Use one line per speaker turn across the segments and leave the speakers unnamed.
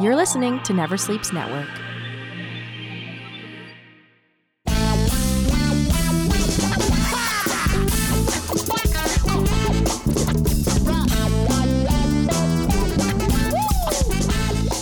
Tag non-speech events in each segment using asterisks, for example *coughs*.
You're listening to Never Sleeps Network.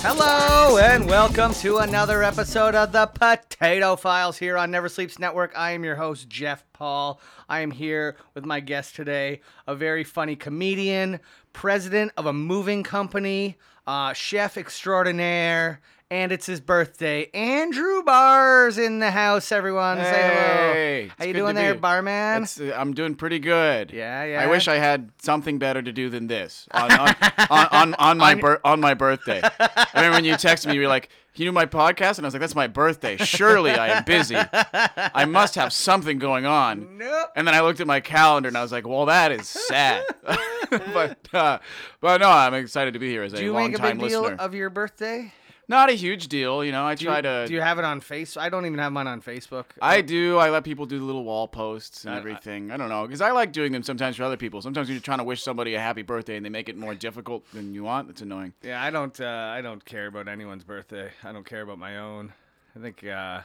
Hello and welcome to another episode of the Potato Files here on Never Sleeps Network. I am your host Jeff Paul. I am here with my guest today, a very funny comedian, president of a moving company, uh, chef extraordinaire, and it's his birthday. Andrew Barr's in the house. Everyone, say hello.
Hey, it's
How you
good
doing
to
there,
be-
barman?
It's, uh, I'm doing pretty good.
Yeah, yeah.
I wish I had something better to do
*laughs*
than this on on, on, on, on my bir- on my birthday. I remember when you texted me, you were like, "You do my podcast," and I was like, "That's my birthday. Surely I am busy. I must have something going on."
Nope.
And then I looked at my calendar and I was like, "Well, that is
*laughs*
sad." *laughs* but uh, but no, I'm excited to be here as
Do
a
you
long
make a
time
big deal
listener.
of your birthday?
Not a huge deal, you know. I
Do
try
you,
to.
do you have it on Facebook? I don't even have mine on Facebook.
I do. I let people do the little wall posts and everything. I don't know because I like doing them sometimes for other people. Sometimes when you're trying to wish somebody a happy birthday and they make it more difficult than you want. It's annoying.
Yeah, I don't. Uh, I don't care about anyone's birthday. I don't care about my own. I think. Uh,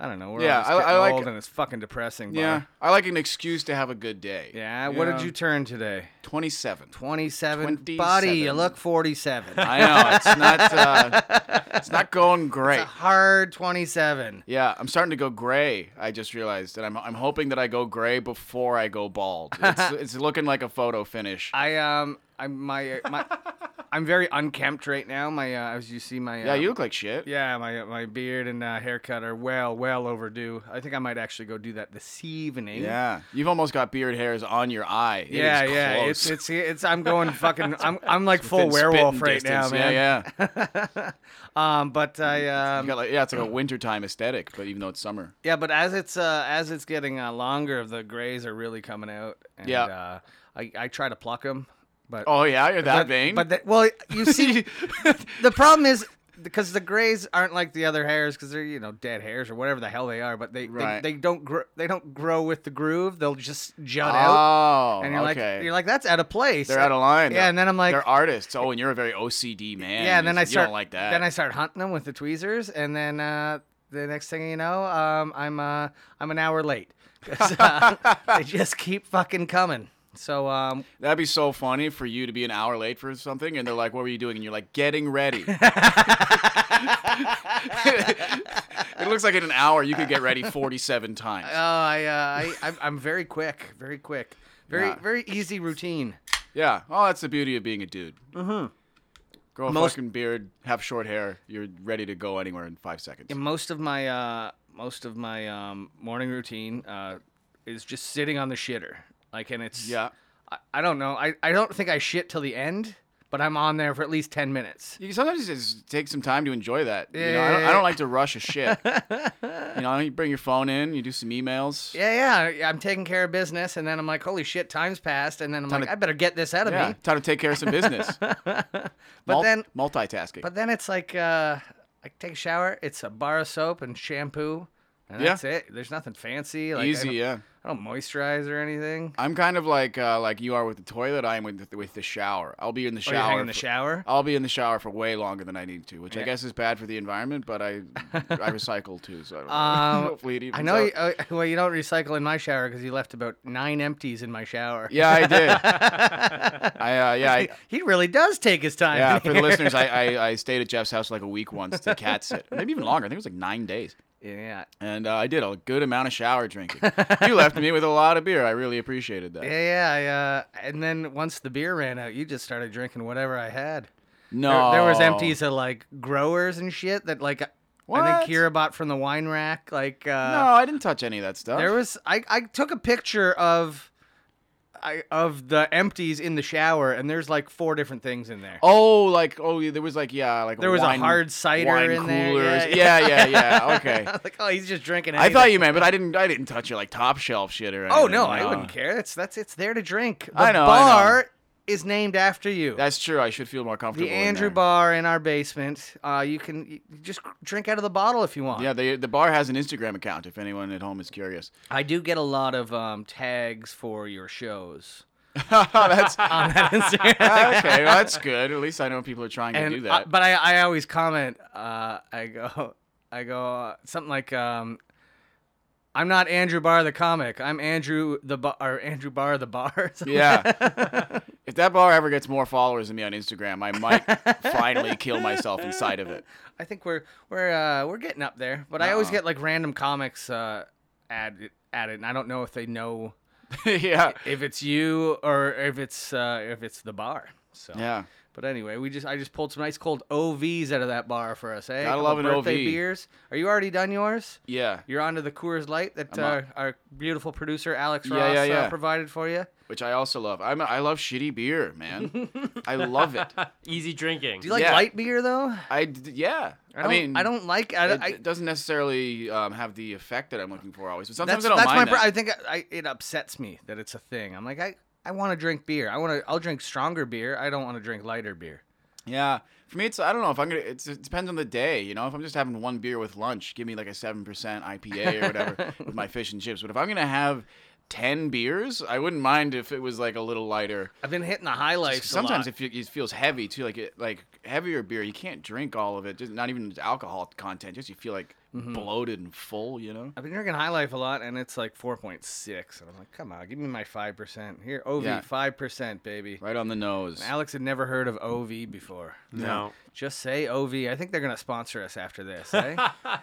I don't know. We're
Yeah,
all just
I- I
getting
like-
old, and it's fucking depressing. Bar.
Yeah, I like an excuse to have a good day.
Yeah. What did you turn today?
*laughs* Twenty-seven.
Twenty-seven. Buddy, you
27.
look forty-seven. *laughs*
I know it's not. Uh, *laughs* it's not going
It's
great.
a hard twenty-seven.
Yeah, I'm starting to go gray. I just realized, and I'm I'm hoping that I go gray before I
*laughs*
go bald. It's, it's looking like a photo finish.
I um. I'm my
*laughs*
my. I'm very unkempt right now. My uh, as you see my.
yeah,
um,
you look like shit.
Yeah, my my beard and uh, haircut are well well overdue. I think I might actually go do that this evening.
Yeah, you've almost got beard hairs on your eye. It is
Yeah, yeah,
close.
it's it's it's. I'm going fucking. I'm I'm like full
Within spitting
werewolf right now,
distance.
man.
Yeah, *laughs* Mm-hmm. yeah.
Um, but I
You
um,
got like, yeah, it's like a wintertime aesthetic, but even though it's summer.
yeah, but as it's uh as it's getting uh, longer, the grays are really coming out. And,
Yeah.
Uh, I I try to pluck them, but
Oh yeah, you're that
but,
vain.
But the, well, you
*laughs*
see, the problem is because the grays aren't like the other hairs because they're you know dead hairs or whatever the hell they are. But they
Right.
they, they don't grow they don't grow with the groove. They'll just jut out.
oh,
And you're
okay.
like you're like that's out of place.
they're out of line.
Yeah, and then I'm like,
they're artists. Oh, and you're a very OCD man.
yeah, and then
You
I start
don't like that.
Then I start hunting them with the tweezers, and then uh, the next thing you know, um, I'm uh, I'm an hour late. *laughs* 'Cause, uh, they just keep fucking coming. So um,
That'd be so funny for you to be an hour late for something, and they're like, "What were you doing?" And you're like, "Getting
*laughs*
ready." *laughs* it looks like in an hour you could get ready 47 times.
oh, I, uh, I I'm, I'm very quick, very quick, very
Yeah.
very easy routine.
Yeah. Oh, that's the beauty of being a dude. Mm-hmm. Grow a
Most-
fucking beard, have short hair. You're ready to go anywhere in five seconds.
Yeah, most of my uh, most of my um, morning routine uh, is just sitting on the shitter. Like, and it's
Yeah.
I, I don't know. I, I don't think I shit till the end, but I'm on there for at least ten minutes.
You sometimes just take some time to enjoy that. You know,
Yeah,
I don't,
yeah,
I
yeah.
don't like to rush a
*laughs*
shit. you know, you bring your phone in, you do some emails.
Yeah, yeah. I'm taking care of business, and then I'm like, holy shit, time's passed, and then I'm
Time
like,
to-
I better get this out of
Yeah,
me.
time to take care of
*laughs*
some business. but
then-
multitasking.
But then it's like, uh, I take a shower. It's a bar of soap and shampoo, and
Yeah.
that's it. There's nothing fancy. Like, I
Easy,
don't-
yeah.
I don't moisturize or anything.
I'm kind of like uh, like you are with the toilet. I am with the, with the shower. I'll be in the
Or Oh, you
shower.
hang in the
for-
shower.
I'll be in the shower for way longer than I need to, which
Yeah.
I guess is bad for the environment. But I
*laughs*
I recycle too, so I don't know.
Um,
*laughs* hopefully it
I
evens
know.
out.
You, uh, *laughs* well, you don't recycle in my shower because you left about nine empties in my shower.
Yeah,
*laughs*
I did. I uh, yeah, I,
He really does take his time.
yeah. For the listeners, I, I I stayed at Jeff's house for like a week once to cat sit, maybe even longer. I think it was like nine days,
*laughs* yeah.
and uh, I did a good amount of
*laughs*
shower drinking. you left me with a lot of beer. I really appreciated that.
Yeah, yeah. I, uh, and then once the beer ran out, you just started drinking whatever I had.
No,
There, there was empties of like growers and shit that like I
What?
think Kira bought from the wine rack. Like
No,
uh,
I didn't touch any of that stuff.
there was I, I took a picture of I of the empties in the shower and there's like four different things in there.
Oh, like oh, yeah, there was like yeah, like
There was a
wine-
hard cider
wine
in there,
coolers.
yeah,
Yeah, yeah, yeah. Okay.
*laughs* like oh he's just drinking.
I
anything.
thought you
*laughs*
meant, but I didn't. I didn't touch your like top shelf shit or anything.
Oh no, I wouldn't care. That's that's it's there to drink. The
I know, I know.
bar is named after you.
That's true. I should feel more comfortable.
the
in
Andrew
there.
Bar in our basement. Uh, you can you just drink out of the bottle if you want.
Yeah, the the bar has an Instagram account.
*laughs*
If anyone at home is curious. *laughs*
I do get a lot of um, tags for your shows.
that's
on that Instagram.
okay. Well, that's good. At least I know people are trying
and,
to do
uh, *laughs*
that.
but I, I always comment. Uh, I go, *laughs* I go uh, something like, um, "I'm not Andrew Barr the comic. I'm Andrew the bar, or Andrew Barr *laughs* the bar." So-
yeah. if that bar ever gets more followers than me on Instagram, I
*laughs*
might finally kill myself inside of it. *laughs*
I think we're we're uh, we're getting up there. But I always
Uh-uh.
get like random comics uh, add added, and I don't know if they know
yeah.
if it's you or if it's uh, if it's the bar. So
Yeah.
But anyway, we just I just pulled some nice cold OVs out of that bar for us. Eh?
Gotta
Couple
love an
birthday
OV.
beers. Are you already done yours?
Yeah.
You're onto the Coors Light that
I'm
uh,
on-
our beautiful producer Alex
Yeah,
Ross
yeah,
Uh,
yeah.
provided for you.
Which I also love. I'm, I love shitty beer, man. I love it.
Easy drinking.
Do you like
Yeah.
light beer though?
I d- yeah.
*laughs*
I,
I, don't,
mean,
I don't like. I,
It,
I,
it doesn't necessarily um, have the effect that I'm looking for always. But sometimes
that's
I don't
that's my.
mind
Pro- I
that.
think I, I, it upsets me that it's a thing. I'm like I. I want to drink beer. I want to. I'll drink stronger beer. I don't want to drink lighter beer.
Yeah. For me, it's I don't know if I'm gonna. It's, it depends on the day. You know, if I'm just having one beer with lunch, give me like a seven percent IPA
*laughs*
or whatever with my fish and chips. But if I'm gonna have ten beers, I wouldn't mind if it was like a little lighter.
I've been hitting the high life.
Sometimes it, fe- it feels heavy too, like it, like heavier beer. You can't drink all of it. Just not even alcohol content. Just you feel like
Mm-hmm.
bloated and full. You know.
I've been drinking High Life a lot, and it's like 4.6. And I'm like, come on, give me my 5%. Here, OV,
Yeah.
5%, baby.
Right on the nose.
Alex had never heard of OV before.
No.
Just say OV. I think they're going to sponsor us after
*laughs*
this, eh?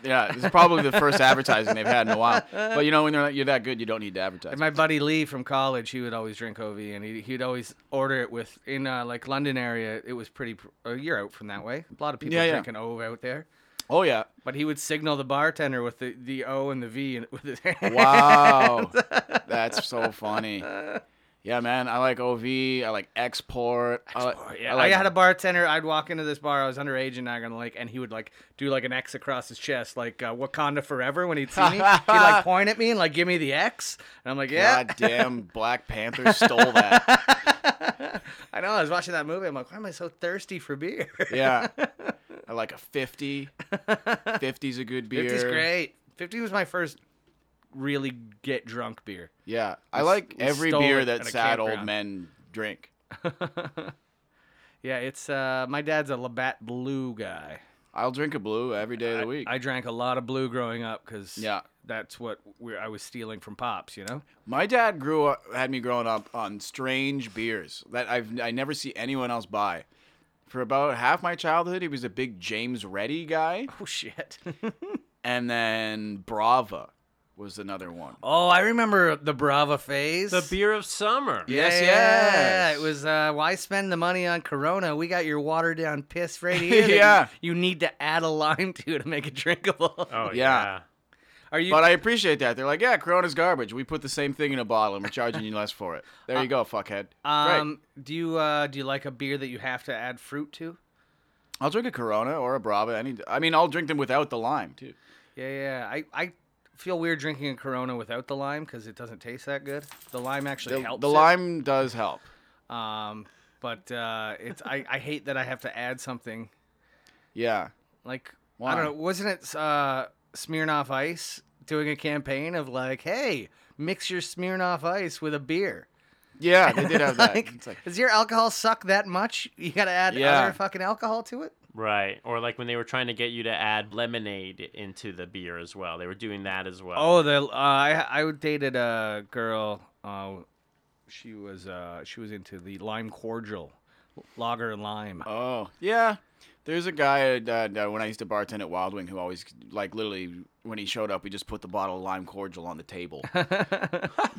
Yeah, this is probably the first advertising they've had in a while. But you know, when they're you're that good, you don't need to advertise.
And my buddy Lee from college, he would always drink OV, and he, he'd always order it with, in uh, like London area, it was pretty, pr- uh, you're out from that way. A lot of people
Yeah, yeah.
drinking OV out there.
oh yeah,
But he would signal the bartender with the, the O and the V and *laughs* with his hand.
wow, *laughs* that's so funny. Yeah, man, I like OV. I like export. I like,
Yeah,
like-
I had a bartender. I'd walk into this bar. I was underage in Niagara on the Lake, and he would like do like an X across his chest, like uh, Wakanda Forever. When he'd see me, he'd like
*laughs*
point at me and like give me the X, and I'm like, yeah,
goddamn Black Panther
*laughs*
stole that.
I know. I was watching that movie. I'm like, why am I so thirsty for beer?
Yeah, I like a 50. 50's a good beer.
Fifty's great. Fifty was my first really get drunk beer.
Yeah, I like every
stole
beer
it
that
at a
sad old
campground.
men drink.
Yeah, it's uh, my dad's a Labatt Blue guy.
I'll drink a blue every day of the week.
I drank a lot of blue growing up because
Yeah.
that's what we I was stealing from pops.
*laughs*
You know.
My dad grew up, had me growing up on strange beers that I've I never see anyone else buy. For about half my childhood, he was a big James Reddy guy,
Oh
*laughs*
shit.
and then Brava was another one.
oh, I remember the Brava phase.
The beer of summer.
Yes,
yeah,
yes.
It was uh, why spend the money on Corona? We got your watered down piss
*laughs*
right here. that
Yeah.
you, you need to add a lime to to make it drinkable.
Oh yeah.
Yeah.
Are you?
But I appreciate that. They're like, yeah, Corona's garbage. We put the same thing in a bottle and we're charging you less for it. There you go, fuckhead. right.
Uh, um, do you uh, do you like a beer that you have to add fruit to?
I'll drink a Corona or a Brava. Any, I mean, I'll drink them without the lime too.
Yeah, yeah. I I feel weird drinking a Corona without the lime because it doesn't taste that good. The lime actually
The,
helps.
the
it.
lime does help.
Um, but uh, it's I, I hate that I have to add something
Yeah.
Like I
Why?
don't know. Wasn't it uh, Smirnoff Ice doing a campaign of like, hey, mix your Smirnoff Ice with a beer?
Yeah, they did have
*laughs*
that.
Like,
It's like-
does your alcohol suck that much? You gotta add
Yeah.
other fucking alcohol to it.
Right. Or like when they were trying to get you to add lemonade into the beer as well. They were doing that as well.
Oh, the uh, I I dated a girl. Uh, she was uh, she was into the lime cordial, lager and lime.
Oh yeah, there's a guy that, that when I used to bartend at Wild Wing who always like literally when he showed up, he just put the bottle of lime cordial on the
*laughs*
table.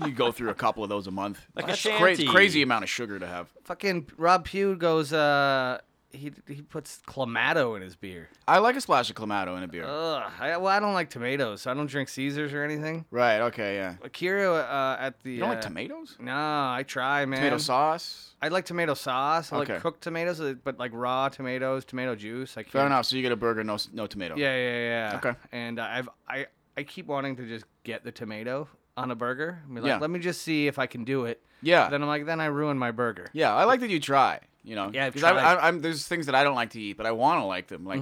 you go through a couple of those a month.
Like a
That's cra-
shanty.
crazy amount of sugar to have.
Fucking Rob Pugh goes. Uh, he he puts clamato in his beer.
I like a splash of clamato in a
Uh.
beer.
Ugh. I, well, I don't like tomatoes, so I don't drink Caesars or anything.
right? Okay, yeah.
Akira uh, at the.
You don't
uh,
like tomatoes?
No, I try, man.
Tomato sauce.
I like tomato sauce. I
Okay.
like cooked tomatoes, uh, but like raw tomatoes, tomato juice. I can't.
Fair enough. So you get a burger, no s- no tomato.
Yeah, yeah, yeah.
Oh. Okay.
And uh, I've I I keep wanting to just get the tomato on a burger. i like,
Yeah.
Let me just see if I can do it.
Yeah.
Then I'm like, then I ruin my burger.
Yeah, I like that you try. You know,
Yeah, I've
because I,
tried. Mm-hmm.
I, I'm there's things that I don't like to eat, but I want to like them. Like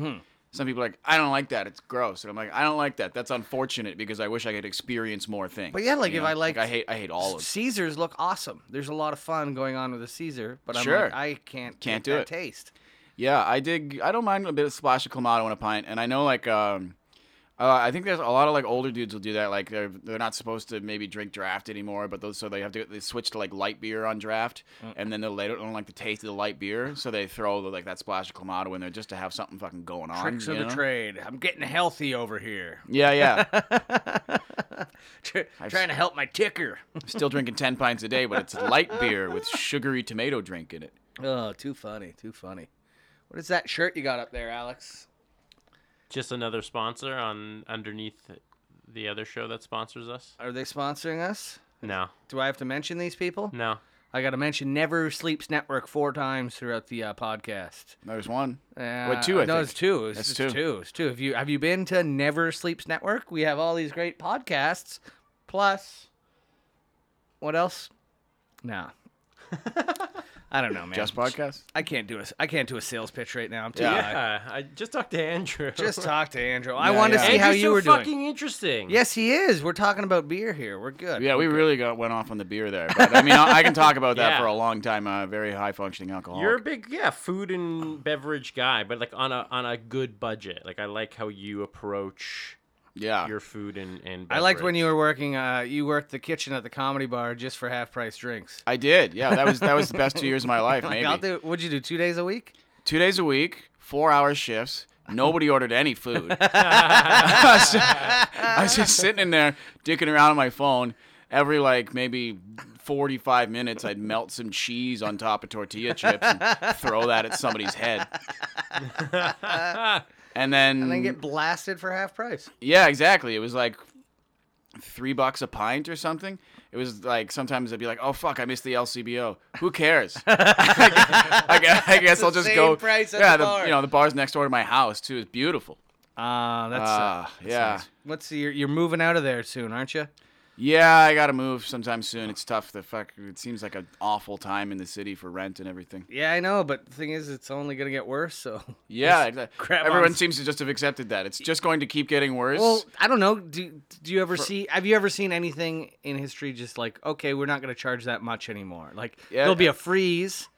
Some people are like, I don't like that. It's gross. And I'm like, I don't like that. That's unfortunate because I wish I could experience more things.
But yeah, like, if I liked-
I hate, I hate all of.
Caesars look awesome. There's a lot of fun going on with a Caesar, but I'm like,
Sure.
I can't get
Can't do
that
it.
Taste.
Yeah, I dig. I don't mind a bit of splash of clamato in a pint, and I know like. um uh, I think there's a lot of like older dudes will do that. Like they're they're not supposed to maybe drink draft anymore, but those so they have to they switch to like light beer on draft,
Mm.
and then they'll, they don't don't like the taste of the light beer, so they throw the, like that splash of clamato in there just to have something fucking going on.
Tricks of
you
the
know?
trade. I'm getting healthy over here. *laughs*
Yeah, yeah.
Tr- trying to help my ticker. *laughs*
Still drinking ten pints a day, but it's light beer with sugary tomato drink in it.
Oh, too funny, too funny. What is that shirt you got up there, Alex?
Just another sponsor on underneath the other show that sponsors us.
Are they sponsoring us?
No,
Do I have to mention these people?
no.
I got to mention Never Sleeps Network four times throughout the uh, podcast.
There's one.
Uh,
Wait, two, I
no,
think.
it's two. It's,
That's
it's two.
two.
It's two. Have you have you been to Never Sleeps Network? We have all these great podcasts. Plus, what else?
*laughs*
Nah. I don't know, man.
Just podcast.
I can't do a I can't do a sales pitch right now. I'm too
Yeah.
high.
Yeah, I just talked to Andrew.
Just
*laughs*
*laughs*
talk to Andrew. I
Yeah,
wanted to
yeah.
see how
Andrew's
you
so
were doing.
fucking interesting.
Yes, he is. We're talking about beer here. We're good.
Yeah, we really got went off on the beer there. But I mean, I, I can talk about that
*laughs* Yeah.
for a long time. Uh, very high functioning alcohol.
You're a big yeah food and beverage guy, but like on a on a good budget. Like I like how you approach
yeah.
your food and and.
I liked when
beverage.
you were working. Uh, you worked the kitchen at the comedy bar just for half price drinks.
I did. Yeah, that was that was the best two years of my
*laughs*
life.
Like,
Maybe
I'll do. What'd you do? Two days a week?
two days a week, four hour shifts. Nobody ordered any food.
*laughs*
So, I was just sitting in there dicking around on my phone. Every like maybe 45 minutes, I'd melt some cheese on top of tortilla chips and throw that at somebody's
*laughs*
head. and then
And then get blasted for half price.
Yeah, exactly. It was like three bucks a pint or something. It was like sometimes I'd be like, "Oh fuck, I missed the LCBO.
*laughs*
Who cares? I, guess, I guess I'll just
same
go."
price at
yeah,
the bar.
you know the bar's next door to my house too. It's beautiful.
Ah, that's.
Ah, yeah,
Let's see. You're, you're moving out of there soon, aren't you?
yeah. I gotta move sometime soon. It's tough. The fuck. It seems like an awful time in the city for rent and everything.
Yeah, I know. But the thing is, it's only gonna get worse. So.
Yeah, exact-
grab
everyone
on-
seems to just have accepted that. It's just going to keep getting worse.
Well, I don't know. Do do you ever see? Have you ever seen anything in history just like, okay, we're not gonna charge that much anymore? Like,
Yeah.
there'll be a freeze.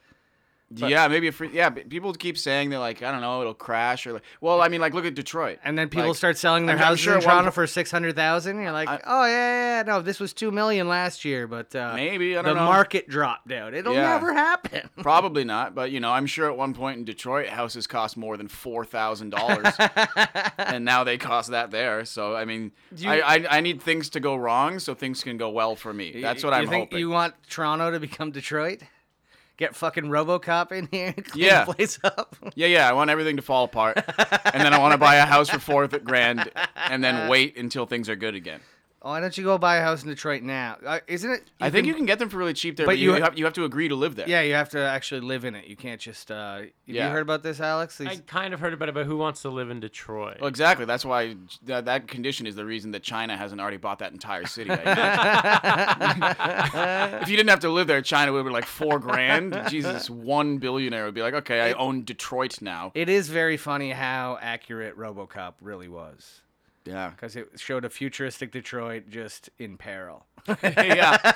yeah, maybe a free. Yeah, but people keep saying they're like, I don't know, it'll crash or like. Well, I mean, like, look at Detroit.
And then people
Like,
start selling their
I'm- I'm
houses
sure
in
at one
Toronto
po-
for six hundred thousand. You're like,
I-
oh yeah, yeah, yeah, no, this was two million last year, but uh,
Maybe, I
the
don't know.
market dropped out. It'll
Yeah.
never happen.
*laughs* Probably not, but you know, I'm sure at one point in Detroit, houses cost more than four
*laughs*
thousand dollars, and now they cost that there. So I mean,
you-
I, I I need things to go wrong so things can go well for me. That's what
you
I'm
think
hoping.
You want Toronto to become Detroit? Get fucking RoboCop in here, and *laughs* clean
Yeah.
the place up. *laughs*
Yeah, yeah, I want everything to fall apart, and then I want to buy a house for four th- grand,
*laughs*
and then wait until things are good again.
Why don't you go buy a house in Detroit now? Uh, isn't it?
I think you can get them for really cheap there,
But
but, you,
you-
have, you have to agree to live there.
Yeah, you have to actually live in it. You can't just. Uh, have
Yeah.
You heard about this, Alex? These-
I kind of heard about it, but who wants to live in Detroit?
Well, exactly. That's why that, that condition is the reason that China hasn't already bought that entire city. I *laughs* imagine. if you didn't have to live there, China would be like four grand. Jesus, one billionaire would be like, okay, I own Detroit now.
it is very funny how accurate RoboCop really was,
*laughs* Yeah,
because it showed a futuristic Detroit just in peril.
yeah.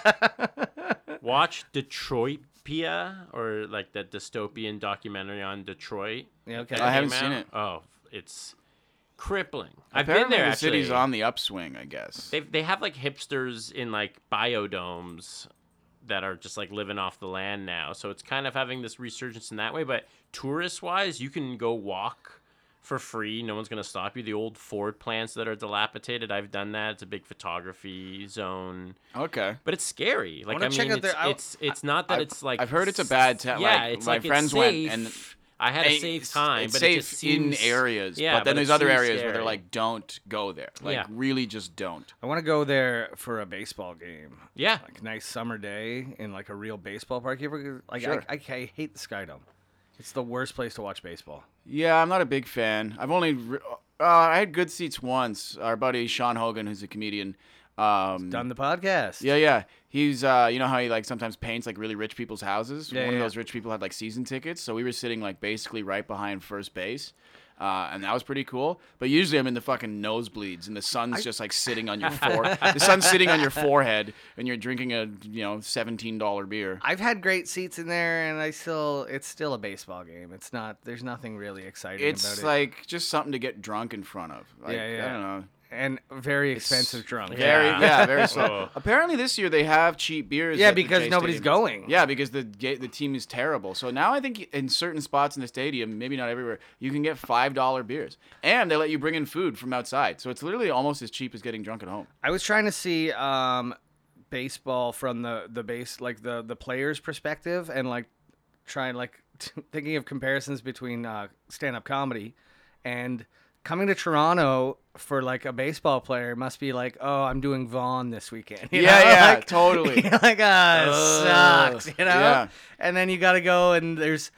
Watch Detroitpia or like that dystopian documentary on Detroit.
Yeah, okay.
that
I haven't
came
seen
out.
it.
Oh, it's crippling. I've
Apparently,
been there.
the
actually.
city's on the upswing, I guess.
They they have like hipsters in like biodomes that are just like living off the land now. So it's kind of having this resurgence in that way. But tourist wise, you can go walk for free. No one's gonna stop you. The old Ford plants that are dilapidated. I've done that. It's a big photography zone.
Okay.
But it's scary. Like I,
wanna check
mean,
out
it's,
their- I-
it's it's not that
I've-
it's like
I've heard it's a
s-
bad ta-
Yeah,
like,
it's
my
like it's
friends went
safe.
and
I had a
It's-
safe time,
it's
but
safe
it just seems,
in areas,
Yeah,
but then
it
there's other
seems
areas where they're
scary.
like, don't go there. Like,
Yeah.
really, just don't.
I want to go there for a baseball game.
yeah,
Like nice summer day in like a real baseball park. You ever- Like
Sure.
I, I, I hate the Skydome. It's the worst place to watch baseball.
Yeah, I'm not a big fan. I've only re- uh, I had good seats once. Our buddy Sean Hogan, who's a comedian, Um,
Done the podcast.
yeah, yeah. He's, uh, you know how he like sometimes paints like really rich people's houses.
Yeah,
One of
yeah.
those rich people had like season tickets, so we were sitting like basically right behind first base, uh, and that was pretty cool. But usually I'm in the fucking nosebleeds, and the sun's just like sitting on
*laughs*
your fore. the sun's sitting on your forehead, and you're drinking a you know seventeen dollar beer.
I've had great seats in there, and I still it's still a baseball game. It's not there's nothing really exciting about
It's
it.
like just something to get drunk in front of. Like,
Yeah, yeah.
I don't know.
and very expensive drunk.
Very,
Yeah.
yeah, very slow. Apparently, this year they have cheap beers.
Yeah,
at the
because
Jay
nobody's
Stadium.
going.
Yeah, because the ga- the team is terrible. So now I think in certain spots in the stadium, maybe not everywhere, you can get five dollar beers, and they let you bring in food from outside. So it's literally almost as cheap as getting drunk at home.
I was trying to see um, baseball from the the base like the the players' perspective, and like trying like *laughs* thinking of comparisons between uh, stand up comedy and coming to Toronto for like a baseball player must be like, oh, I'm doing Vaughn this weekend. *laughs* you
Yeah,
know?
yeah,
Like- *laughs*
totally.
You're like, ah, it
Ugh.
sucks, you know?
Yeah.
And then you got to go and there's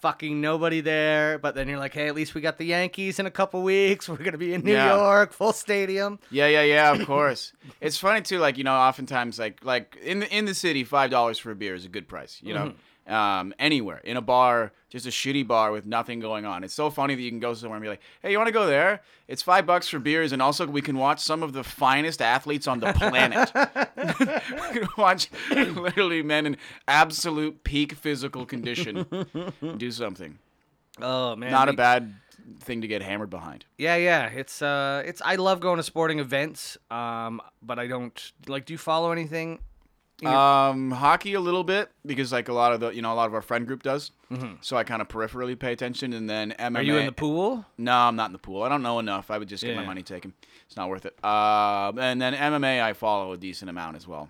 fucking nobody there. But then you're like, hey, at least we got the Yankees in a couple weeks. *laughs* We're going to be in New
Yeah.
York, full stadium.
Yeah, yeah, yeah. Of course, it's funny too. Like you know, oftentimes like like in the in the city, five dollars for a beer is a good price. You know, um, anywhere in a bar, just a shitty bar with nothing going on. It's so funny that you can go somewhere and be like, "Hey, you want to go there? It's five bucks for beers, and also we can watch some of the finest athletes on the planet. *laughs* we can watch literally men in absolute peak physical condition do something.
Oh, man.
Not a
we-
bad thing to get hammered behind.
Yeah, yeah. It's, uh, it's, I love going to sporting events, um, but I don't, like, do you follow anything?
Um, hockey a little bit because like a lot of the you know a lot of our friend group does. So I kind of peripherally pay attention, and then MMA.
Mm-hmm. Are you in the pool?
No, I'm not in the pool. I don't know enough. I would just get my
Yeah.
money taken. It's not worth it. Um, and then MMA I follow a decent amount as well.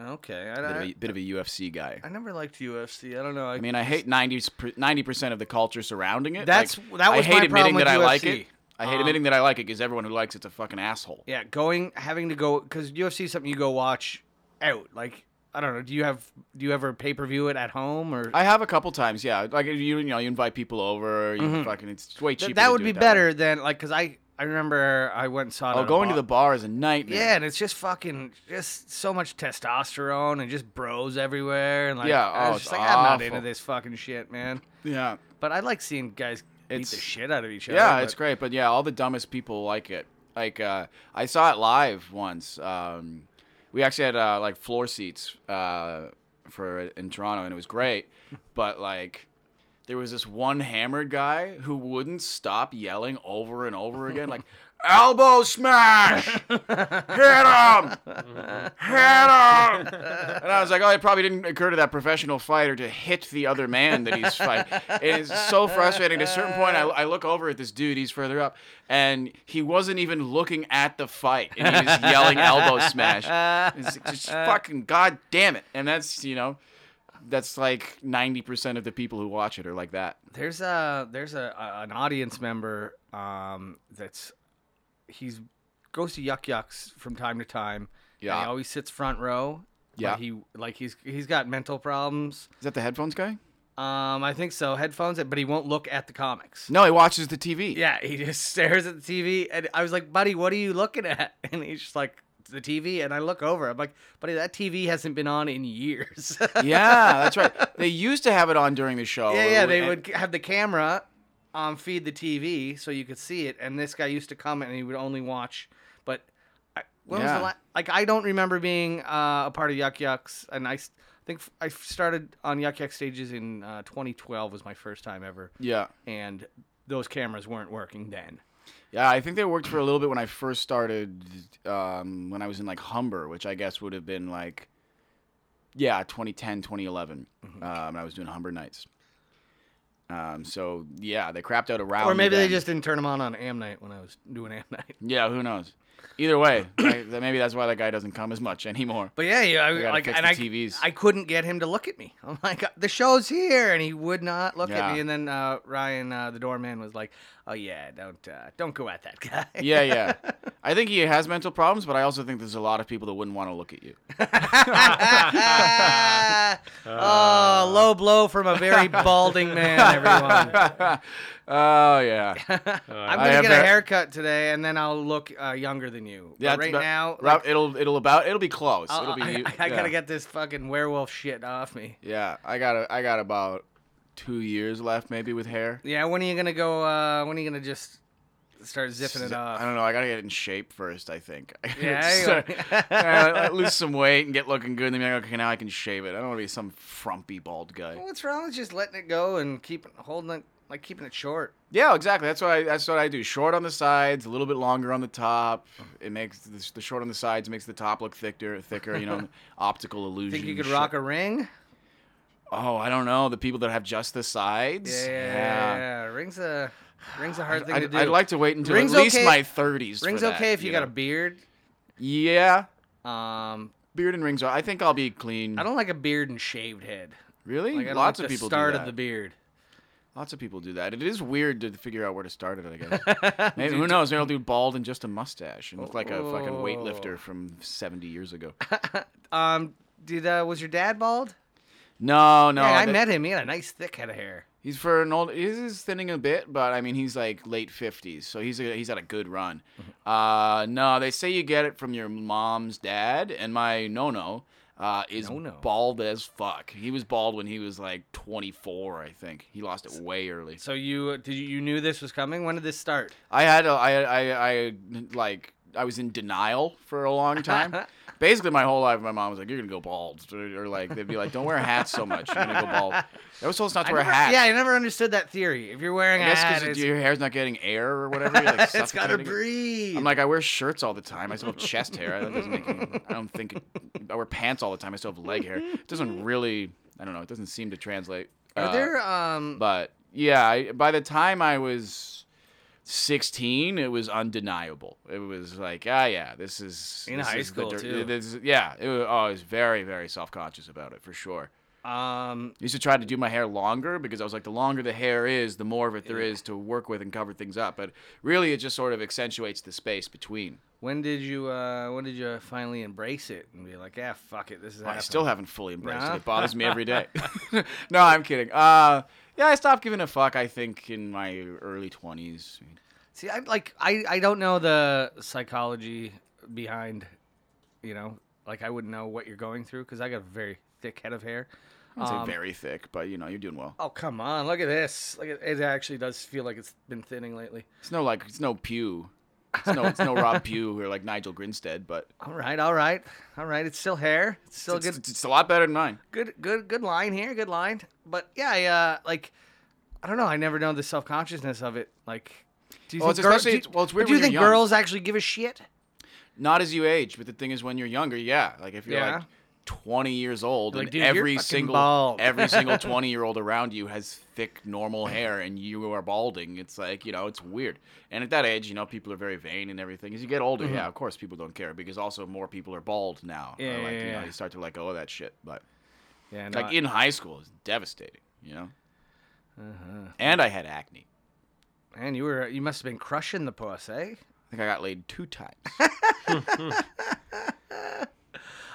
Okay.
Bit of
I,
a, bit of a UFC guy.
I, I never liked UFC. I don't know.
I mean, I hate 90 percent of the culture surrounding it.
That's-
Like,
that
I
was
hate
my problem
admitting
with
that I like
UFC.
it. I hate admitting that I like it because everyone who likes it's a fucking asshole.
Um, Yeah, going having to go because UFC is something you go watch out. Like I don't know, do you have do you ever pay per view it at home or
I have a couple times, yeah. Like you, you know, you invite people over. You fucking, it's way cheaper.
Mm-hmm. Th-
to
that would
do
be
it way.
better than like because I I remember I went and saw. it
Oh,
at a
going to
bar-
the bar is a nightmare.
Yeah, and it's just fucking just so much testosterone and just bros everywhere and like
Yeah,
I
oh,
was
it's
just like I'm not into
awful.
this fucking shit, man.
yeah,
But I like seeing guys beat
It's-
the shit out of each other.
yeah. It's
but-
great, but yeah, all the dumbest people like it. Like uh, I saw it live once. Um, we actually had uh, like floor seats uh, for in Toronto, and it was great. But like, there was this one hammered guy who wouldn't stop yelling over and over again, like
*laughs*
elbow smash, hit him, hit him. And I was like, oh, it probably didn't occur to that professional fighter to hit the other man that he's fighting. it is so frustrating. At a certain point, I, I look over at this dude, he's further up, and he wasn't even looking at the fight. And he was yelling elbow smash. It's just fucking god damn it. And that's, you know, that's like 90% of the people who watch it are like that.
There's a there's a, a an audience member um, that's he's goes to Yuck Yucks from time to time. and
Yeah.
he always sits front row. but
Yeah.
he like he's he's got mental problems.
Is that the headphones guy?
Um, I think so. Headphones, but he won't look at the comics.
No, he watches the TV.
Yeah, he *laughs* just stares at the TV, and I was like, "Buddy, what are you looking at?" *laughs* And he's just like, "The TV." And I look over. I'm like, "Buddy, that TV hasn't been on in years." *laughs*
Yeah, that's right. They used to have it on during the show.
Yeah, yeah, they
And-
would have the camera um, feed the TV so you could see it. And this guy used to come and he would only watch. But I, when was
Yeah.
the last? Like, I don't remember being uh, a part of Yuck Yucks. And I s- think f- I started on Yuck Yuck stages in uh, 2012 was my first time ever.
Yeah.
And those cameras weren't working then.
Yeah, I think they worked for a little bit when I first started, um, when I was in like Humber, which I guess would have been like, yeah, 2010, 2011.
Mm-hmm.
Um, I was doing Humber nights. Um, so yeah, they crapped out around.
Or maybe they
then.
just didn't turn them on on AM night when I was doing AM night.
Yeah, who knows? Either way, *coughs* I, that- maybe that's why that guy doesn't come as much anymore.
But yeah, yeah, I,
gotta
like,
fix
and
the
I,
TVs.
I couldn't get him to look at me. *laughs* I'm like, the show's here, and he would not look at
Yeah.
me. And then uh, Ryan, uh, the doorman, was like, "Oh yeah, don't uh, don't go at that guy." *laughs*
Yeah, yeah. I think he has mental problems, but I also think there's a lot of people that wouldn't want to look at you.
Ah, *laughs* oh,
Uh.
low blow from a
*laughs*
very balding man, everyone. *laughs*
Oh yeah,
I'm
I
gonna
have
get a
a-
haircut today, and then I'll look uh, younger than you.
yeah.
But right now,
Rob,
like,
it'll it'll about it'll be close.
I'll-
*laughs* it'll be.
I,
you-
I gotta
yeah.
get this fucking werewolf shit off me.
Yeah, I got I got about two years left, maybe with hair.
Yeah, when are you gonna go? Uh, when are you gonna just start zipping it
I
off?
don't know. I gotta get in shape first. I think. *laughs* I gotta
Yeah, you- *laughs*
start- *laughs* I- I lose some weight and get looking good, and then be like, okay, now I can shave it. I don't want to be some frumpy bald guy.
What's wrong with just letting it go and keeping holding it like keeping it short?
Yeah, exactly. That's what I. That's what I do. Short on the sides, a little bit longer on the top. It makes the, the short on the sides makes the top look thicker, thicker. You
*laughs*
know, optical illusion.
Think you could
shit.
rock a ring?
Oh, I don't know. The people that have just the sides.
Yeah, rings a rings a hard thing to
I'd,
do.
I'd like to wait until
Rings
at least
okay-
my thirties.
rings
for that,
okay if you, got
know?
a beard.
Yeah,
Um,
beard and rings. are- I think I'll be clean.
I don't like a beard and shaved head.
really.
Like, I don't
Lots
like
of
the
people
start
do that.
of the beard.
Lots of people do that. It is weird to figure out where to start it. I
*laughs*
guess. Maybe, who knows? Maybe I'll do bald and just a mustache and look like a fucking weightlifter from seventy years ago.
Um, did uh, was your dad bald?
No, no.
yeah, I
that-
met him. He had a nice thick head of hair.
He's for an old. He is thinning a bit, but I mean, he's like late fifties, so he's a, he's had a good run.
Mm-hmm.
Uh, no, they say you get it from your mom's dad, and my no no uh, is
No-no.
bald as fuck. He was bald when he was like twenty four, I think. He lost it way early.
So you uh, did you, you knew this was coming? When did this start?
I had a, I, I I like I was in denial for a
*laughs*
long time. Basically, my whole life, my mom was like, "You're gonna go bald," or, or like they'd be like, "Don't wear hats so much. You're gonna go bald." I was told it's not to wear
never,
hats.
Yeah, I never understood that theory. If you're wearing
I
a
guess
hat,
because
it's,
your hair's not getting air or whatever. You're,
*laughs*
like,
it's gotta
suffocating it.
breathe.
I'm like, I wear shirts all the time. I still have chest hair. That doesn't make any, I don't think it, I wear pants all the time. I still have leg hair. It doesn't really. I don't know. It doesn't seem to translate.
Are
Uh,
there um?
But yeah, I, by the time I was 16, it was undeniable. It was like, ah, yeah, this is
In
this
high
is the
school,
dir-
too.
This, is- yeah, it was, oh, I was very, very self conscious about it for sure.
um,
I used to try to do my hair longer because I was like, the longer the hair is, the more of it there is to work with and cover things up. But really, it just sort of accentuates the space between.
when did you uh? When did you finally embrace it and be like, yeah, fuck it, this is.
I still haven't fully embraced
No?
it. It bothers me every day. *laughs*
*laughs*
no, I'm kidding. Uh, yeah, I stopped giving a fuck. I think in my early 20s.
See, I like I I don't know the psychology behind, you know, like I wouldn't know what you're going through because I got a very thick head of hair.
I'd say
Um,
very thick, but you know, you're doing well.
Oh come on, look at this! Like it, it actually does feel like it's been thinning lately.
It's no like it's no Pew. It's no it's
*laughs*
no Rob Pew or like Nigel Grinstead, but
All right, all right, all right. It's still hair. It's still
it's,
good.
it's, it's a lot better than mine.
good good good line here good line but yeah I, uh, like i don't know i never know the self-consciousness of it like do you
Well,
think,
it's
girl-
especially-
do you,
well, it's weird
do you
when you're
think
young.
girls actually give a shit
Not as you age, but the thing is when you're younger, yeah. Like if you're like
Yeah.
20 years old
Like,
and
dude, you're
every
fucking
single
bald. *laughs*
every single 20 year old around you has thick normal hair and you are balding, it's like, you know, it's weird. And at that age, you know, people are very vain and everything. As you get older, yeah, of course people don't care because also more people are bald now.
Mm-hmm. Yeah,
like,
yeah,
you know,
yeah.
you start to let go of that shit, but
yeah
like in high school it's devastating, you know.
Uh-huh.
And I had acne.
man you were you must have been crushing the puss eh
I think I got laid
*laughs*
two times.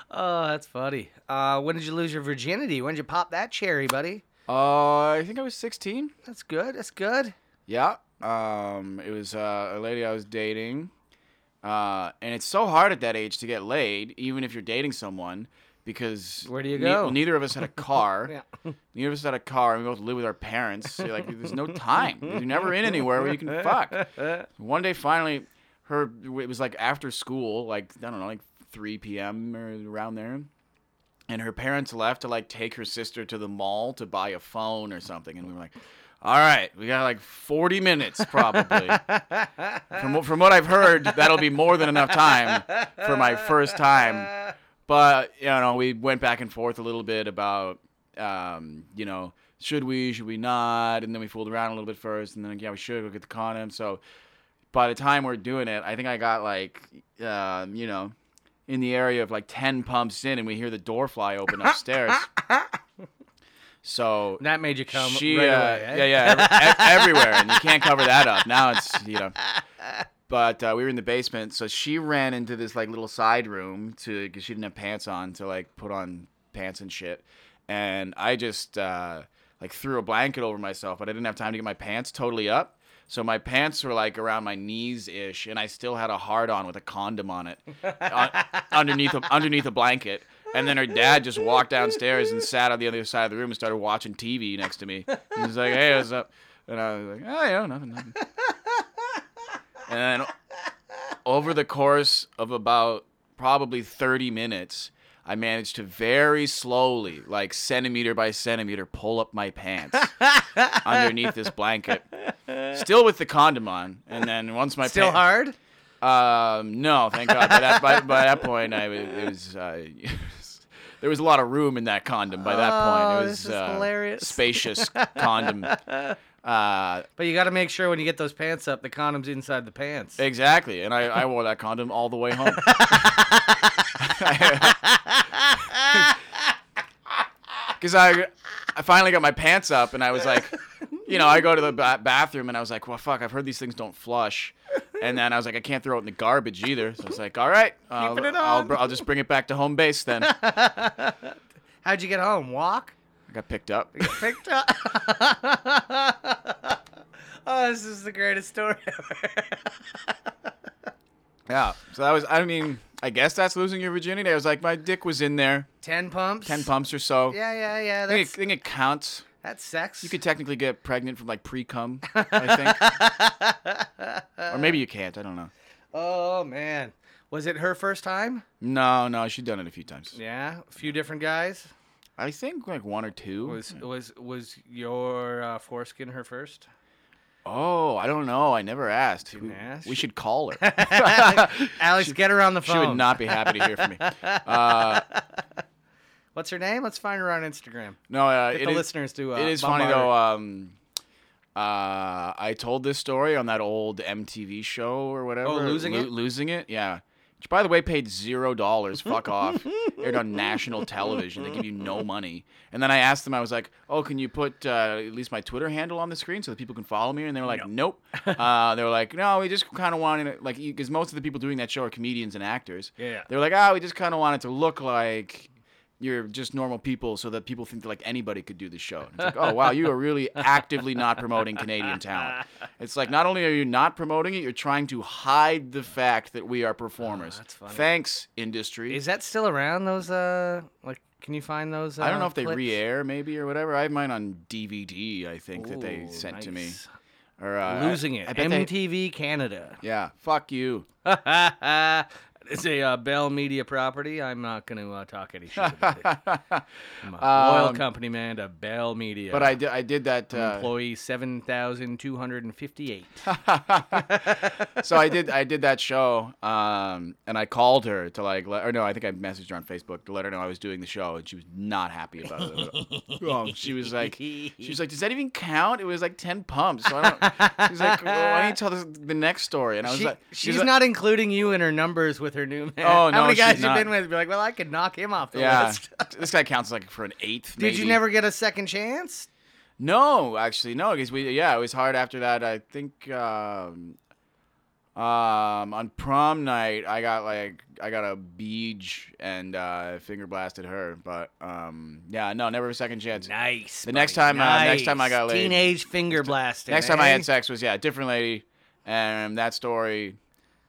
oh that's funny uh when did you lose your virginity when did you pop that cherry buddy
uh, I think I was 16.
that's good that's good
Yeah. Um, it was uh, a lady I was dating. Uh, and it's so hard at that age to get laid, even if you're dating someone, because
Where do you
ne-
go?
well, neither of us had a car.
*laughs* Yeah.
Neither of us had a car, and we both live with our parents. So, like, there's no time. You're never in anywhere where you can
*laughs*
fuck. One day, finally, her it was like after school, like I don't know, like 3 p.m. or around there and her parents left to like take her sister to the mall to buy a phone or something and we were like all right we got like 40 minutes probably from, what- from what i've heard that'll be more than enough time for my first time but you know we went back and forth a little bit about um, you know should we should we not and then we fooled around a little bit first and then yeah we should go get the condom so by the time we're doing it, I think I got like, um, you know, in the area of like 10 pumps in, and we hear the door fly open upstairs. so
that made you come
she,
right
uh,
away, eh?
e, yeah, yeah, ev- ev- everywhere, and you can't cover that up. Now it's, you know, but uh, we were in the basement, so she ran into this like little side room to because she didn't have pants on to like put on pants and shit, and I just uh, like threw a blanket over myself, but I didn't have time to get my pants totally up. So my pants were like around my knees ish, and I still had a hard on with a condom on it un- underneath a, underneath a blanket. And then her dad just walked downstairs and sat on the other side of the room and started watching TV next to me. He was like, "Hey, what's up?" And I was like, "Oh, yeah, nothing, nothing." And then over the course of about probably 30 minutes, I managed to very slowly, like centimeter by centimeter, pull up my pants underneath this blanket, still with the condom on. And then once my
Still
pants,
hard?
um, no, thank God. By that, by, by that point, I was, it was uh, *laughs* there was a lot of room in that condom. By that
Oh,
point, it was
this is
uh,
hilarious. *laughs*
spacious condom. Uh,
But you got to make sure when you get those pants up, the condom's inside the pants.
exactly, and I, I wore that condom all the way
*laughs*
home. *laughs* Because I, I finally got my pants up, and I was like, you know, I go to the ba- bathroom, and I was like, well, fuck, I've heard these things don't flush. And then I was like, I can't throw it in the garbage either. So I was like, all right, I'll,
it
I'll,
on.
br- I'll just bring it back to home base then. I
How'd you get home? Walk?
got picked up.
Picked up? *laughs* oh, this is the greatest story *laughs* ever.
Yeah. So that was, I mean, I guess that's losing your virginity. I was like, my dick was in there,
Ten pumps? *laughs*
10 pumps or so.
Yeah, yeah, yeah.
I think,
That's,
it, I think it counts.
that's sex.
You could technically get pregnant from like pre cum, I think. or maybe you can't. I don't know.
Oh, man. Was it her first time?
No, no, she'd done it a few times.
Yeah, a few different guys.
I think like one or two.
Was was was your uh, foreskin her first?
Oh, I don't know. I never asked.
Didn't
Who-
ask?
We should call her.
*laughs* Alex, get her on the
she
phone.
would not be happy to hear from me. Uh,
What's her name? Let's find her on Instagram.
no,
*laughs*
uh,
Get
it
the
is-
listeners to. Uh,
it is funny
bombard her.
though. Um, uh, I told this story on that old MTV show or whatever.
Oh, Losing It?
Losing it. Yeah. Which, by the way, paid
*laughs*
zero dollars. Fuck off. Aired on national television. They give you no money. And then I asked them. I was like, "Oh, can you put uh, at least my Twitter handle on the screen so that people can follow me?" And they were like, "Nope."
*laughs*
Uh, they were like, "No, we just kind of wanted to, like because most of the people doing that show are comedians and actors.
Yeah.
They were like, "Ah, we just kind of wanted to look like." you're just normal people so that people think that like anybody could do the show. And it's like, oh wow, you are really actively not promoting Canadian talent. It's like not only are you not promoting it, you're trying to hide the fact that we are performers.
Oh, that's funny.
Thanks, industry.
Is that still around? Those uh, like, can you find those? Uh,
I don't know if they
clips?
re-air maybe or whatever. I have mine on DVD. I think that they
Ooh,
sent to me.
nice.
Or uh,
Losing it.
I bet they-
MTV Canada. *laughs*
yeah, fuck you.
it's a uh, Bell Media property. I'm not going to uh, talk any shit
*laughs*
about it. I'm a loyal
Um,
company man to Bell Media.
But I did. I did that.
I'm
Uh,
employee seven thousand two hundred and fifty-eight.
so I did I did that show, um, and I called her to like, let, or no, I think I messaged her on Facebook to let her know I was doing the show, and she was not happy about it. at all. Um, she was like, she was like, does that even count? It was like ten pumps. So I don't. She's like, well, why don't you tell this, the next story? And I was
She,
like, she was
she's
like-
not including you in her numbers with her new man.
Oh,
How
no,
many guys
she's
you
not.
been with? Be like, well, I could knock him off the
Yeah,
list. *laughs*
this guy counts like for an eighth.
Did you
maybe.
never get a second chance?
No, actually, no, because we yeah, it was hard after that. I think um, um, on prom night I got like I got a beach and uh, finger blasted her, but um, yeah, no, never a second chance.
Nice.
The next time, uh, next time I got laid.
Teenage finger blasting.
Next time I
eh?
had sex was yeah, a different lady, and that story.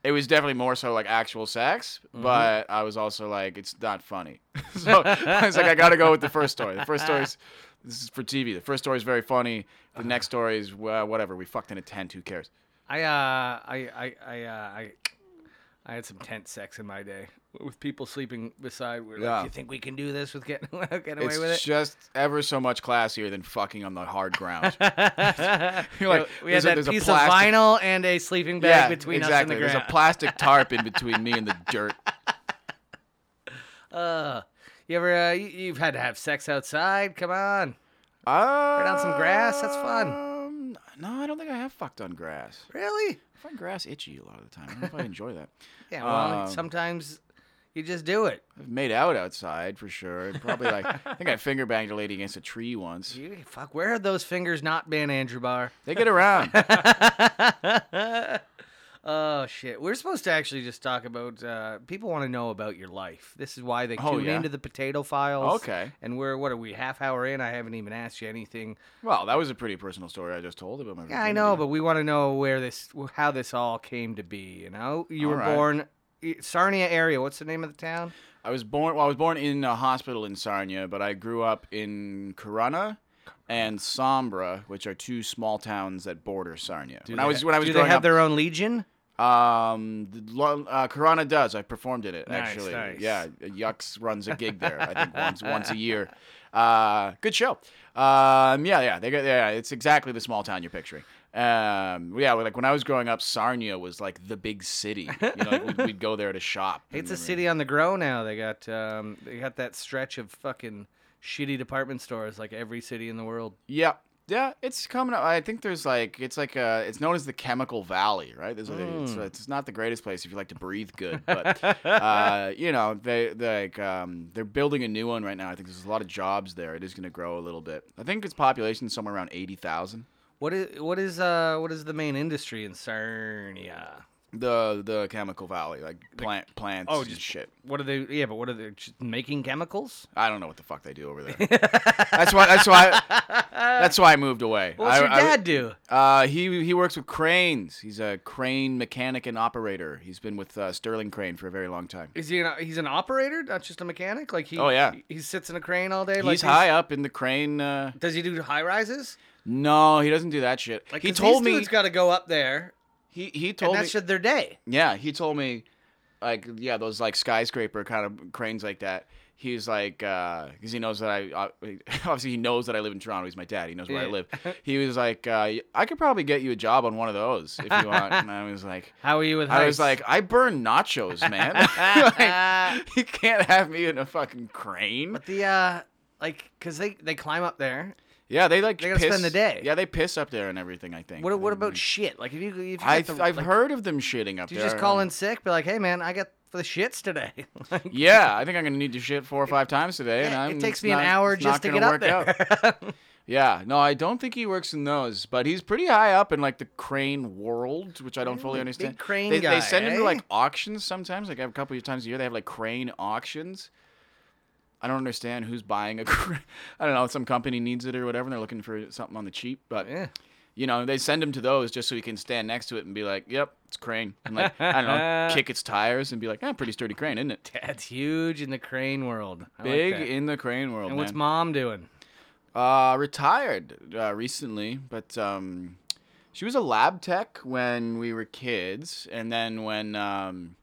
It was definitely more so like actual sex,
Mm-hmm.
but I was also like, it's not funny. *laughs* so I was like, I gotta go with the first story. The first story's this is for TV. The first story is very funny. The next
Uh-huh.
story is uh, whatever. We fucked in a tent. Who cares?
I uh I I I uh, I I had some tense sex in my day with people sleeping beside. We were like,
Yeah.
"Do you think we can do this with getting *laughs* get away
it's
with it?"
*laughs* just ever so much classier than fucking on the hard ground.
*laughs*
You're
We-
like,
we had
there's a-
that
there's a
piece
plastic-
of vinyl and a sleeping bag between us and
exactly.
the
There's
ground.
a plastic tarp in between me and the
*laughs*
dirt.
uh, you ever uh, you, you've had to have sex outside? Come on,
Right
on some grass, that's fun.
Um, no, I don't think I have fucked on grass.
really?
I find grass itchy a lot of the time. I don't know if I enjoy that.
Yeah. Well,
Um,
sometimes you just do it.
I've made out outside for sure. and Probably like I think I finger banged a lady against a tree once.
You, fuck, where have those *laughs* fingers not been, Andrew Barr?
They get around.
oh shit. We're supposed to actually just talk about uh, people want to know about your life. This is why they
Oh,
tune
yeah?
into the potato files.
Okay.
And we're what are we half hour in? I haven't even asked you anything.
Well, that was a pretty personal story I just told about my.
Yeah, I
virginity.
know, but we want to know where this how this all came to be, you know? You
All
were
right.
born Sarnia area. What's the name of the town?
I was born. Well, I was born in a hospital in Sarnia, but I grew up in Corunna and Sombra, which are two small towns that border Sarnia. when I was when I was
Do they
growing
have
up,
their own legion?
um, the lo- uh, Corunna does. I performed in it
Nice,
actually.
nice.
Yeah, Yucks runs a gig there. I think
*laughs*
once once a year. Uh, good show. Um, yeah, yeah, they got yeah. It's exactly the small town you're picturing. Um, yeah, like when I was growing up, Sarnia was like the big city. You know, like, we'd, we'd go there to shop.
*laughs*
and
It's a
everything.
city on the grow now. They got um, they got that stretch of fucking shitty department stores like every city in the world.
Yeah. Yeah, it's coming up. I think there's like it's like uh it's known as the Chemical Valley, right? There's like, it's,
Hmm.
it's not the greatest place if you like to breathe good,
*laughs*
but uh, you know they they, like um, they're building a new one right now. I think there's a lot of jobs there. It is going to grow a little bit. I think its population is somewhere around eighty thousand.
What is what is uh what is the main industry in Sarnia?
The the Chemical Valley, like plant plants
Oh,
and
just-
shit.
What are they? Yeah, but what are they just making chemicals?
I don't know what the fuck they
*laughs*
do over there. that's why that's why that's why I moved away.
What's
I-
your
I-
dad do?
Uh, he he works with cranes. He's a crane mechanic and operator. He's been with uh, Sterling Crane for a very long time.
Is he an, he's an operator, not just a mechanic? Like he?
Oh, yeah.
He sits in a crane all day. like
He's high up in the crane. Uh,
Does he do high rises?
no, he doesn't do that shit.
Like
he
'cause
told
these
me.
dudes got to go up there,
he he
and
told me.
that's just their day.
Yeah, he told me, like, yeah, those like skyscraper kind of cranes like that. He's like, because he knows that I uh, *laughs* obviously he knows that I live in Toronto. He's my dad. He knows where I
Yeah.
live.
*laughs*
He was like, uh, I could probably get you a job on one of those if you want. and I
*laughs*
was like,
How are you with?
I was
heights? *laughs*
like, I burn nachos, man.
"Ah,
Like, *laughs* you can't have me in a fucking crane.
but the uh, like, cause they they climb up there.
Yeah, they like
They gotta
piss-
spend the day.
Yeah, they piss up there and everything. I think.
What what about shit? Like if you if you
I
got the,
Mm. I've
like,
heard of them shitting up
do you
there.
just call in sick? Be like, hey man, I got the shits today. *laughs* Like,
Yeah, I think I'm gonna need to shit four or five times today, and
yeah,
I'm,
it takes
it's
me an
not-
hour
it's not
just to
gonna
get up
work out. *laughs*
there.
Yeah, no, I don't think he works in those, but he's pretty high up in like the crane world, which I don't fully
Ooh,
understand.
big crane
they,
guy,
they send him
eh?
to like auctions sometimes, like a couple of times a year. They have like crane auctions. I don't understand who's buying a *laughs* crane. I don't know, some company needs it or whatever, and they're looking for something on the cheap, but
Yeah.
you know, they send him to those just so he can stand next to it and be like, "Yep, it's crane," and like I don't
*laughs*
know, kick its tires and be like, "Yeah, pretty sturdy crane, isn't it?"
That's huge in the crane world. I like
Big
that.
in the crane world,
and
man.
what's mom doing?
Uh, retired uh, recently, but um, she was a lab tech when we were kids, and then when um,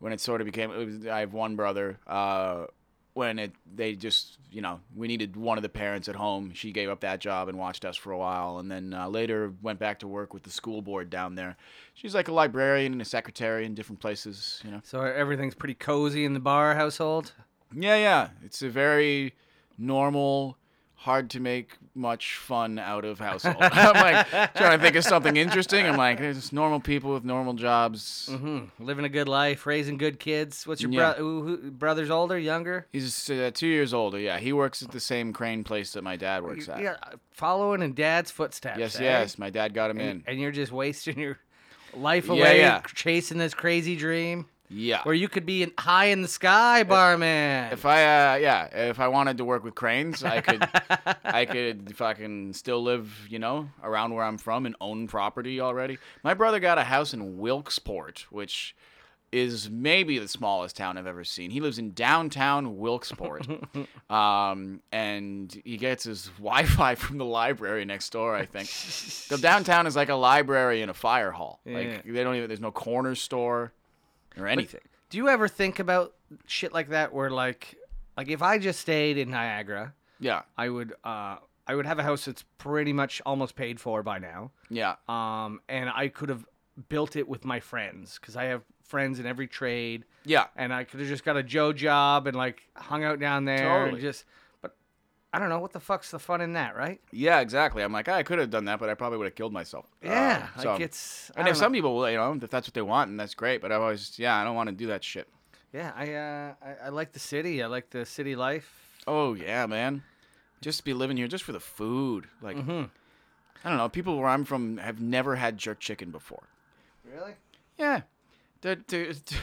when it sort of became, it was, I have one brother. Uh, when it they just you know we needed one of the parents at home, she gave up that job and watched us for a while, and then uh, later went back to work with the school board down there. She's like a librarian and a secretary in different places, you know.
So e, everything's pretty cozy in the bar household.
Yeah, yeah. It's a very normal, hard to make much fun out of household. *laughs* I'm like trying to think of something interesting. I'm like, there's just normal people with normal jobs.
Hmm, living a good life, raising good kids. What's your
Yeah.
bro- who, who, brother's older, younger?
He's uh, two years older. Yeah, he works at the same crane place that my dad works at.
Yeah, following in dad's footsteps.
Yes,
eh?
yes. My dad got him
And,
in.
and you're just wasting your life
Yeah,
away
yeah.
chasing this crazy dream
Yeah.
where you could be in, high in the sky, barman.
If I uh, yeah, if I wanted to work with cranes, I could I could fucking still live, you know, around where I'm from and own property already. My brother got a house in Wilkesport, which is maybe the smallest town I've ever seen. He lives in downtown Wilkesport. um, and he gets his *laughs* Wi-Fi from the library next door, I think. the downtown is like a library and a fire hall. Like
Yeah.
they don't even there's no corner store or anything.
Do you ever think about shit like that where like like if I just stayed in Niagara,
Yeah.
I would uh I would have a house that's pretty much almost paid for by now.
Yeah.
Um and I could have built it with my friends cuz I have friends in every trade
Yeah.
and I could have just got a Joe job and like hung out down there and
Totally.
just but I don't know what the fuck's the fun in that, right?
Yeah, exactly. I'm like, "Ah, I could have done that, but I probably would have killed myself.
Yeah,
Uh,
like
so-
it's I
And
don't
if
know.
some people, will, you know, if that's what they want, and that's great. But I always, yeah, I don't want to do that shit.
Yeah, I uh I, I like the city. I like the city life.
Oh yeah, man, just be living here just for the food. Like, I don't know, people where I'm from have never had jerk chicken before.
Really?
Yeah, That- to- to-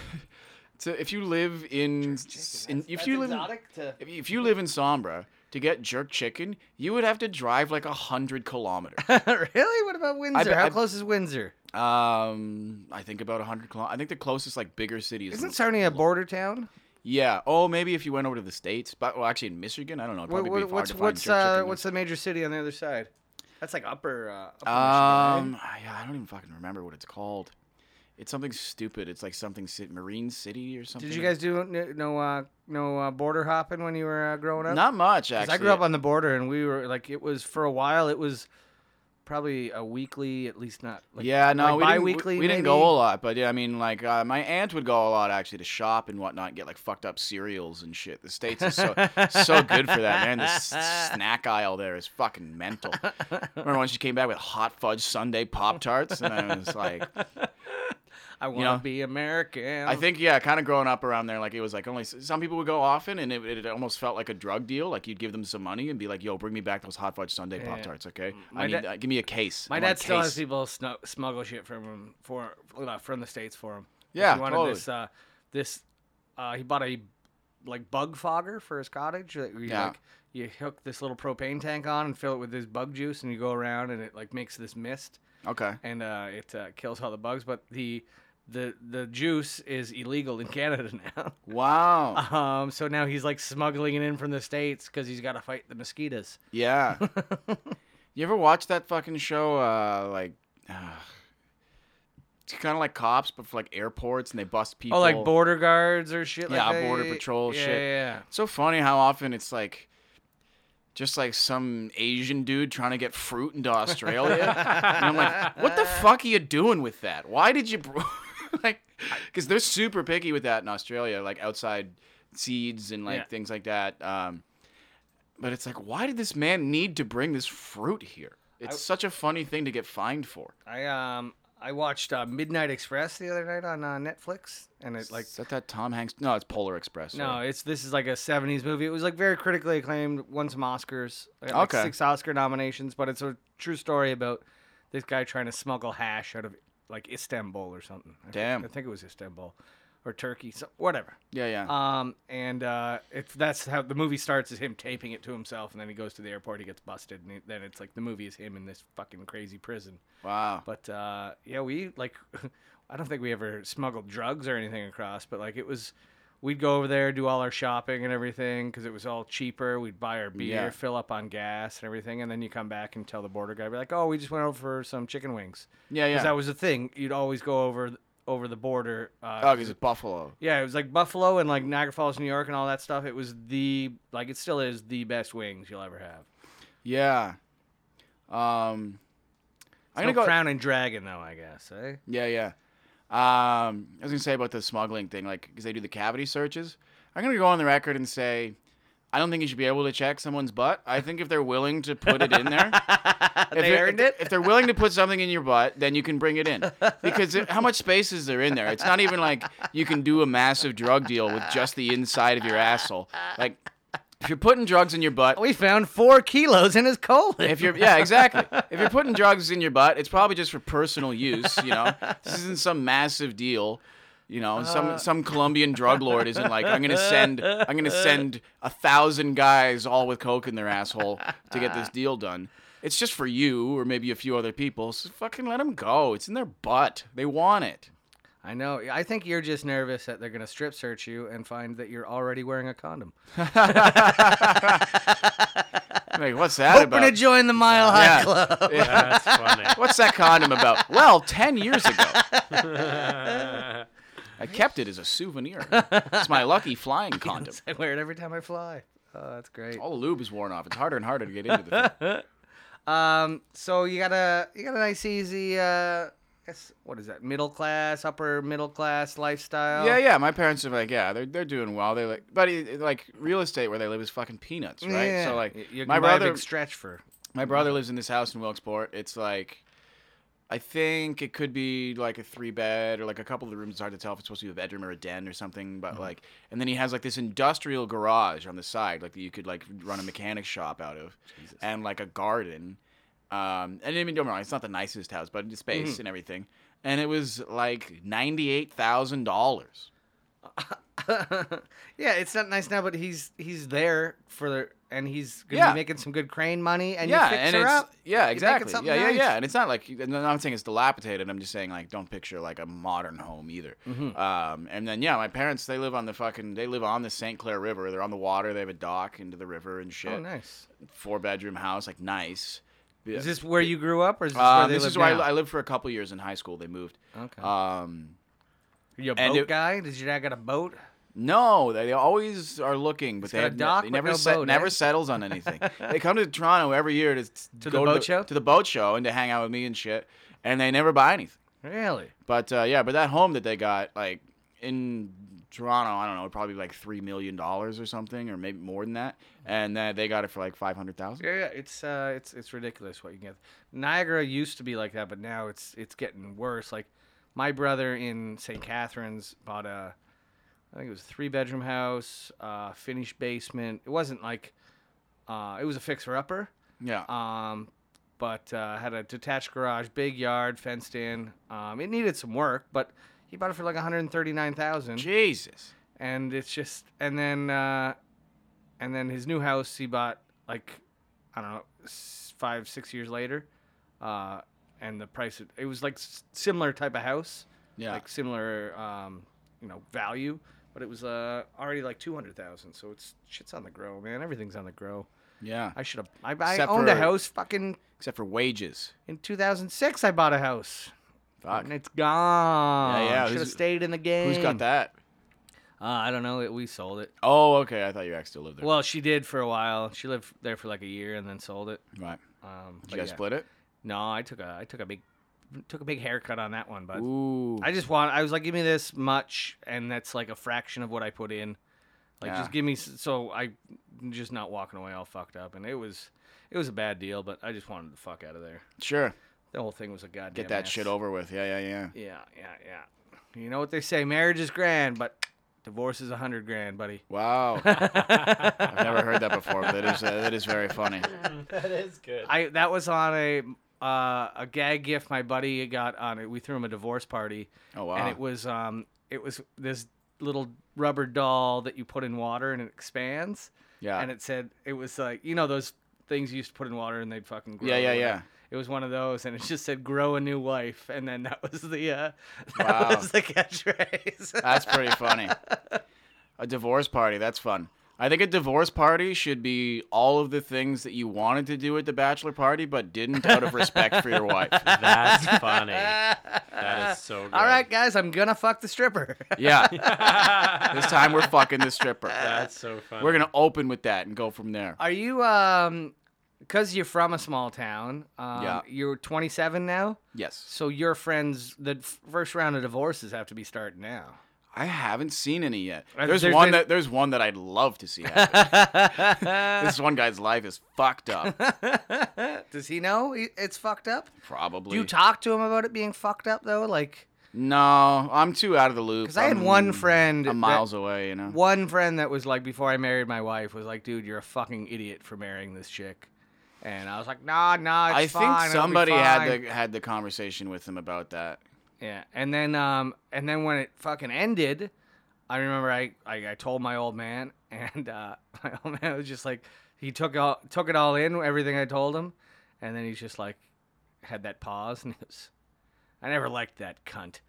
to- if you live in, s- in if you live in-
to
if you- if you live in Sombra to get jerk chicken, you would have to drive like a hundred kilometers.
*laughs* really? What about Windsor?
bet-
How
I-
close is Windsor?
um, I think about a hundred kilometers. I think the closest like bigger city is
Isn't Sarnia a border town?
Yeah. Oh, maybe if you went over to the states, but well, actually in Michigan, I don't know. it'd
What,
Probably be hard
what's
to find
what's
jerk
uh,
chicken
what's the major city on the other side? That's like upper. Uh, upper Michigan,
Um, I, I don't even fucking remember what it's called. It's something stupid. It's like something ci- Marine City or
right?
something.
Did you guys do n- no uh, no uh, border hopping when you were uh, growing up?
Not much
Because
actually.
I grew up on the border, and we were like, it was for a while. It was probably a weekly, at least not. Like,
yeah, no,
like
we didn't, we-
biweekly.
we, didn't
maybe?
go a lot, but yeah, I mean, like uh, my aunt would go a lot actually to shop and whatnot, and get like fucked up cereals and shit. The states is so so good for that, man. The s- snack aisle there is fucking mental. Remember when she came back with hot fudge Sunday pop tarts, and I was like,
I want to
know?
be American. *laughs*
I think yeah, kind of growing up around there, like it was like only some people would go often, and it, it almost felt like a drug deal. Like you'd give them some money and be like, "Yo, bring me back those hot fudge Sunday pop tarts, okay? I
Mm, My
need
da-
uh, give me a case.
my
I want a
dad still has
case."
people snu- smuggle shit from him for uh, from the states for him. Like,
Yeah,
he wanted
totally.
this. Uh, this uh, he bought a like bug fogger for his cottage. That you,
Yeah.
like, you hook this little propane tank on and fill it with this bug juice, and you go around, and it like makes this mist.
Okay,
and uh, it uh, kills all the bugs. But the the the juice is illegal in *laughs* Canada now. *laughs*
wow,
Um, so now he's like smuggling it in from the states because he's got to fight the mosquitoes. *laughs*
yeah. you ever watch that fucking show? Uh, like, uh, it's kind of like cops, but for like airports, and they bust people.
Oh, like border guards or shit.
Yeah,
like that?
border patrol
yeah,
shit.
Yeah,
It's so funny how often it's like just like some Asian dude trying to get fruit into Australia. and I'm like, what the fuck are you doing with that? Why did you br- *laughs* like cuz they're super picky with that in Australia, like outside seeds and like
Yeah.
things like that. Um but it's like, why did this man need to bring this fruit here? It's such a funny thing to get fined for.
yeah. I um I watched uh, Midnight Express the other night on uh, Netflix, and it like
Like, Is that that Tom Hanks? No, it's Polar Express.
No,
sorry.
it's this is like a '70s movie. It was like very critically acclaimed, won some Oscars, uh, like
Okay.
six Oscar nominations. But it's a true story about this guy trying to smuggle hash out of like Istanbul or something. I think-
Damn.
I think it was Istanbul or Turkey, so, whatever.
Yeah, yeah.
Um, and uh, it's that's how the movie starts is him taping it to himself, and then he goes to the airport, he gets busted, and he- then it's like the movie is him in this fucking crazy prison.
wow.
But uh, yeah, we like, *laughs* I don't think we ever smuggled drugs or anything across, but like it was, we'd go over there, do all our shopping and everything because it was all cheaper. We'd buy our beer,
Yeah.
fill up on gas and everything, and then you come back and tell the border guy, be like, oh, we just went over for some chicken wings.
Yeah, yeah.
that was the thing. You'd always go over over the border. Uh,
Oh, 'cause it's Buffalo.
yeah, it was like Buffalo and like Niagara Falls, New York, and all that stuff. It was the like it still is the best wings you'll ever have.
Yeah. Um, I'm
No
gonna go.
Crown and Dragon though, I guess. Eh?
yeah, yeah. Um, I was gonna say about the smuggling thing, like because they do the cavity searches. I'm gonna go on the record and say, I don't think you should be able to check someone's butt. I think if they're willing to put it
*laughs*
in there, if
They
they're-
earned it?
If they're willing to put something in your butt, then you can bring it in. Because it- how much space is there in there? It's not even like you can do a massive drug deal with just the inside of your asshole. Like if you're putting drugs in your butt,
We found four kilos in his colon.
If you're yeah, exactly. If you're putting drugs in your butt, it's probably just for personal use, you know. This isn't some massive deal. You know, some some Colombian drug lord isn't like I'm gonna send I'm gonna send a thousand guys all with coke in their asshole to get this deal done. It's just for you or maybe a few other people. So fucking let them go. It's in their butt. They want it.
I know. I think you're just nervous that they're going to strip search you and find that you're already wearing a condom.
Like what's that
Hoping
about?
to join the Mile High *laughs*
Yeah.
Club.
That's funny.
*laughs*
What's that condom about? Well, 10 years ago. I kept it as a souvenir. It's my lucky
*laughs*
flying condom.
I wear it every time I fly. Oh, that's great.
All the lube is worn off. It's harder and harder to get into the
*laughs*
thing.
Um, so you got a you got a nice easy uh, guess, what is that? Middle class, upper middle class lifestyle.
Yeah, yeah. My parents are like, yeah, they're, they're doing well. They're like, but it, like real estate where they live is fucking peanuts, right?
Yeah.
So like,
Y- you can
my
buy a
brother,
big stretch for. *laughs*
my brother lives in this house in Wilkesport. It's like, I think it could be like a three bed or like a couple of the rooms. It's hard to tell if it's supposed to be a bedroom or a den or something. But like, and then he has like this industrial garage on the side, like that you could like run a mechanic shop out of, and like a garden, Um, and I mean, don't get me wrong, it's not the nicest house, but it's space and everything. And it was like ninety-eight thousand dollars.
yeah, it's not nice now, but he's he's there for the, and he's gonna
Yeah.
be making some good crane money, and
Yeah,
you fix
and
her
it's
up. you
yeah,
make it
exactly.
something
Yeah, yeah,
nice.
yeah. And it's not like I'm not saying it's dilapidated. I'm just saying like don't picture like a modern home either.
Mm-hmm.
Um, and then yeah, my parents they live on the fucking they live on the St. Clair River. They're on the water. They have a dock into the river and shit.
Oh, nice.
Four bedroom house, like nice.
Is this where you grew up, or is this where
Um,
they
this
live
is where
now?
I, I lived for a couple years in high school. They moved.
Okay.
Um,
you a
and
boat
it-
guy? Did your dad got a boat?
No, they always are looking, but they,
got a
have ne-
dock
they
with
never
no
set-
boat, eh?
never settles
*laughs*
on anything. they come to Toronto every year to,
the
go
boat show?
to the boat show and to hang out with me and shit, and they never buy anything.
Really?
But uh, yeah, but that home that they got like in Toronto, I don't know, probably like three million dollars or something, or maybe more than that, and uh, they got it for like five hundred thousand.
Yeah, yeah. It's uh, it's it's ridiculous what you can get. Niagara used to be like that, but now it's it's getting worse. Like my brother in St. Catharines bought a, I think it was a three bedroom house, uh, finished basement. It wasn't like, uh, it was a fixer upper.
Yeah,
Um, but uh, had a detached garage, big yard, fenced in. Um, it needed some work, but he bought it for like 139,000
Jesus.
and it's just and then uh and then his new house he bought like i don't know s- five six years later uh and the price it was like s- similar type of house
Yeah.
like similar um you know value but it was uh already like 200000 so it's shit's on the grow man everything's on the grow
Yeah,
i should have i, I
Except
owned a
for-
house fucking
except for wages.
in 2006 i bought a house
Fuck.
and it's gone
Yeah, yeah,
should have
who's-
stayed in the game
Who's got that?
uh, i don't know it, we sold it
Oh, okay. I thought your ex still lived there.
Well, she did for a while. She lived there for like a year and then sold it.
right.
Um,
Did
but
you guys
yeah.
split it?
No, I took a I took a big took a big haircut on that one, bud.
Ooh.
I just want I was like, give me this much, and that's like a fraction of what I put in. Like,
Yeah.
just give me s- so I just not walking away all fucked up, and it was it was a bad deal, but I just wanted the fuck out of there.
sure.
The whole thing was a goddamn.
Get that
mess.
shit over with. Yeah, yeah, yeah.
Yeah, yeah, yeah. You know what they say? Marriage is grand, but divorce is a hundred grand, buddy. *laughs*
Wow. I've never heard that before, but that is, uh, that is very funny.
that is good.
I that was on a uh, a gag gift my buddy got on it. We threw him a divorce party,
Oh, wow.
and it was um it was this little rubber doll that you put in water and it expands.
Yeah.
And it said it was like you know those things you used to put in water and they'd fucking grow.
Yeah, yeah,
or
yeah.
whatever. It was one of those, and it just said "grow a new wife," and then that was the uh, *laughs* that
Wow.
was the catchphrase.
That's pretty funny. A divorce party. That's fun. I think a divorce party should be all of the things that you wanted to do at the bachelor party but didn't out of respect for
*laughs*
your wife. *laughs*
That's funny. That is so
*laughs*
good.
All right, guys, I'm gonna fuck the stripper.
Yeah. this time we're fucking the stripper.
That's so funny.
We're going to open with that and go from there.
Are you um cuz you're from a small town, um,
Yeah.
you're 27 now?
Yes.
So your friends the f- first round of divorces have to be starting now.
I haven't seen any yet.
Uh,
There's,
there's
one
been-
that there's one that I'd love to see
*laughs*
happen. this one guy's life is fucked up.
Does he know i- it's fucked up?
Probably.
Do you talk to him about it being fucked up though? Like
No, I'm too out of the loop.
cuz I had
I'm-
one friend
I'm
that-
miles away, you know.
one friend that was like before I married my wife was like, "Dude, you're a fucking idiot for marrying this chick." And I was like, "Nah, nah, it's
I
fine. it'll
think
be
somebody had
fine."
the had the conversation with him
*laughs*
about that.
Yeah, and then um, and then when it fucking ended, I remember I I, I told my old man, *laughs* and uh, my old man was just like he took all took it all in everything I told him, and then he's just like had that pause *laughs* and he goes, I never liked that cunt.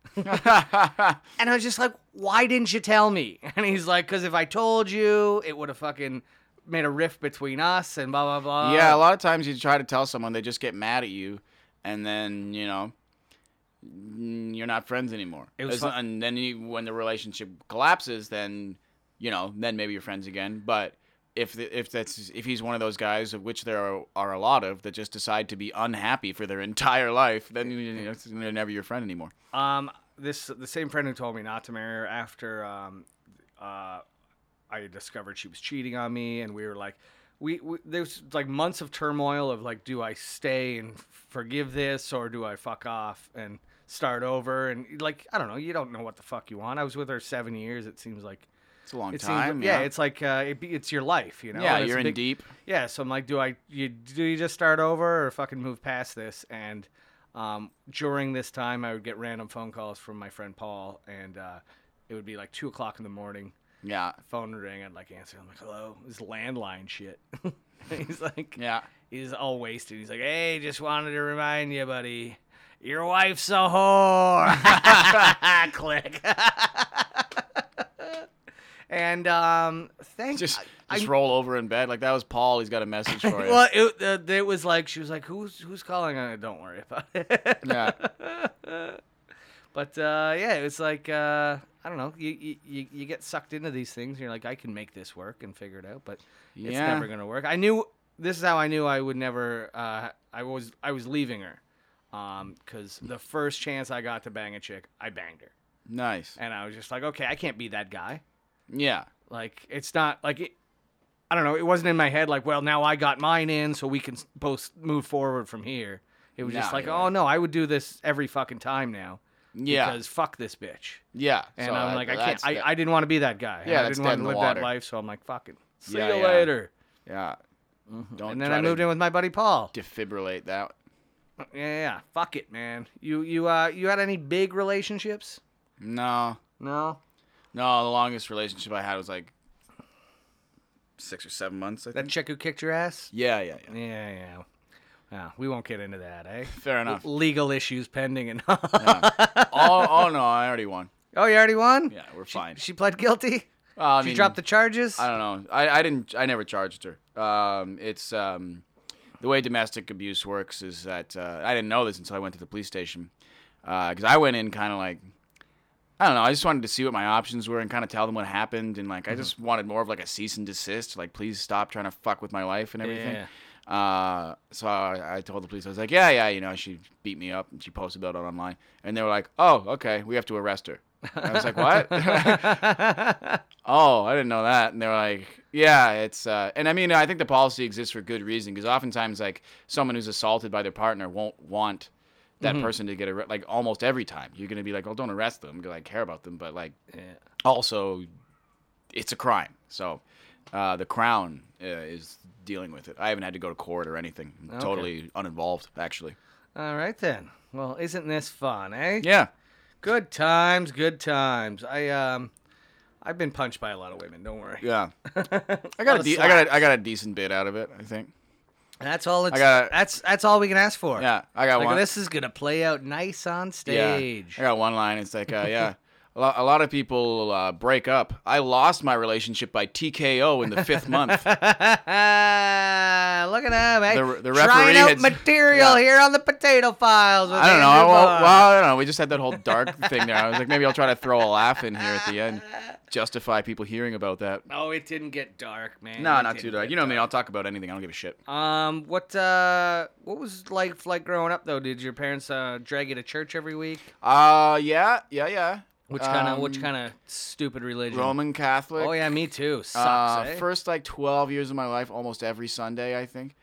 *laughs* and I was just like, why didn't you tell me? *laughs* And he's like, because if I told you, it would have fucking made a rift between us and blah blah blah.
yeah, a lot of times you try to tell someone, they just get mad at you, and then you know mm, you're not friends anymore.
It was
As-
fu-
and then you, when the relationship collapses, then you know then maybe you're friends again. But if the, if that's if he's one of those guys of which there are, are a lot of that just decide to be unhappy for their *laughs* entire life, then you know, it's- they're never your friend anymore.
Um, this the same friend who told me not to marry her after um, uh, I discovered she was cheating on me, and we were like, we, we there's like months of turmoil of like, do I stay and forgive this, or do I fuck off and start over? And like, I don't know, you don't know what the fuck you want. I was with her seven years. It seems like
It's a long
It seems,
time.
yeah.
yeah,
it's like uh, it, be- it's your life, you know.
yeah,
and it's
you're
a
in
big-
deep.
Yeah, so I'm like, do I you do you just start over or fucking move past this? And um, during this time, I would get random phone calls from my friend Paul, and uh, it would be like two o'clock in the morning.
Yeah,
Phone would ring, I'd like answer. I'm like, hello, this landline shit. *laughs* He's like,
yeah.
he's all wasted. He's like, hey, just wanted to remind you, buddy, your wife's a whore. *laughs* Click. *laughs* and um, thank
Just
I-
just roll over in bed like that was Paul. He's got
*laughs*
a message for you.
well, it, uh, it was like she was like, "Who's who's calling?" And I don't worry about it. *laughs*
Yeah,
But uh, yeah, it was like uh, I don't know. You, you- you you get sucked into these things. And you're like, I can make this work and figure it out, but it's
Yeah.
never gonna work. I knew this is how I knew I would never. Uh, I was I was leaving her, because the first chance I got to bang a chick, I banged her,
nice.
and I was just like, okay, I can't be that guy.
Yeah,
Like it's not like it, I don't know. It wasn't in my head like, well, now I got mine in, so we can s- both move forward from here. It was just
No,
like,
yeah.
oh no, I would do this every fucking time now
yeah,
because fuck this bitch.
yeah.
And
So
I'm
that-
like, I can't.
that's
I,
the-
I didn't want to be that guy.
Yeah,
I
that's
didn't
dead
want
in
to
the
live
water.
that life. So I'm like, fucking, see
Yeah,
you
yeah.
later.
yeah. Don't
Mm-hmm. And then
try
I moved
to
in with my buddy Paul.
defibrillate that.
Yeah, yeah, yeah. fuck it, man. You you uh you had any big relationships?
No,
No.
no. The longest relationship I had was like six or seven months. I think.
That chick who kicked your ass?
Yeah, yeah, yeah.
Yeah, yeah. Well, we won't get into that, eh?
Fair
*laughs*
enough.
Legal issues pending and *laughs*
oh, oh no, I already won.
Oh, you already won?
Yeah, we're
She-
fine.
She, pled guilty?
Uh, I
she
mean,
dropped the charges?
I don't know. I, I didn't. I never charged her. Um, it's um, the way domestic abuse works is that uh, I didn't know this until I went to the police station because Uh, I went in kind of like I don't know. I just wanted to see what my options were and kind of tell them what happened and like I just wanted more of like a cease and desist, like please stop trying to fuck with my life and everything.
Yeah.
Uh, so I, I told the police I was like, yeah, yeah, you know, she beat me up and she posted about it online, and they were like, oh, okay, we have to arrest her. And I was like, what? *laughs* oh, I didn't know that. And they're like, yeah, it's, uh, and I mean, I think the policy exists for good reason because oftentimes, like, someone who's assaulted by their partner won't want that
Mm-hmm.
person to get arrested. Like, almost every time, you're going to be like, well, don't arrest them because I care about them. But, like, also, it's a crime. So, uh, the Crown uh, is dealing with it. I haven't had to go to court or anything. I'm Totally uninvolved, actually.
All right then. Well, isn't this fun, eh?
Yeah.
Good times, good times. I um I've been punched by a lot of women, don't worry. *laughs*
Yeah. I
Lot
got a
of
de- I got a, I got a decent bit out of it, I think.
That's all it's
I got-
that's that's all we can ask for.
Yeah, I got
Like,
one.
this is gonna play out nice on stage.
Yeah. I got one line. It's like, uh, yeah, a, lo- a lot of people uh, break up. I lost my relationship by TKO in the
*laughs*
fifth month.
Look at him, eh?
The- the
Trying
referee
out
had-
material
yeah.
here on the potato files. with
I don't know.
Andrew
Well,
Vaughn.
well, I don't know. We just had that whole dark thing there. I was like, maybe I'll try to throw a laugh in here at the *laughs* end, justify people hearing about that.
Oh, it didn't get dark, man.
No,
It
not
didn't
too dark.
get
You know me. I'll talk about anything. I don't give a shit.
Um, what uh, what was life like growing up though? Did your parents uh, drag you to church every week?
Uh, yeah, yeah, yeah.
Which kind of
Um,
which kind of stupid religion?
Roman Catholic.
Oh yeah, me too. Sucks.
Uh,
eh?
First like 12 years of my life, almost every Sunday, I think.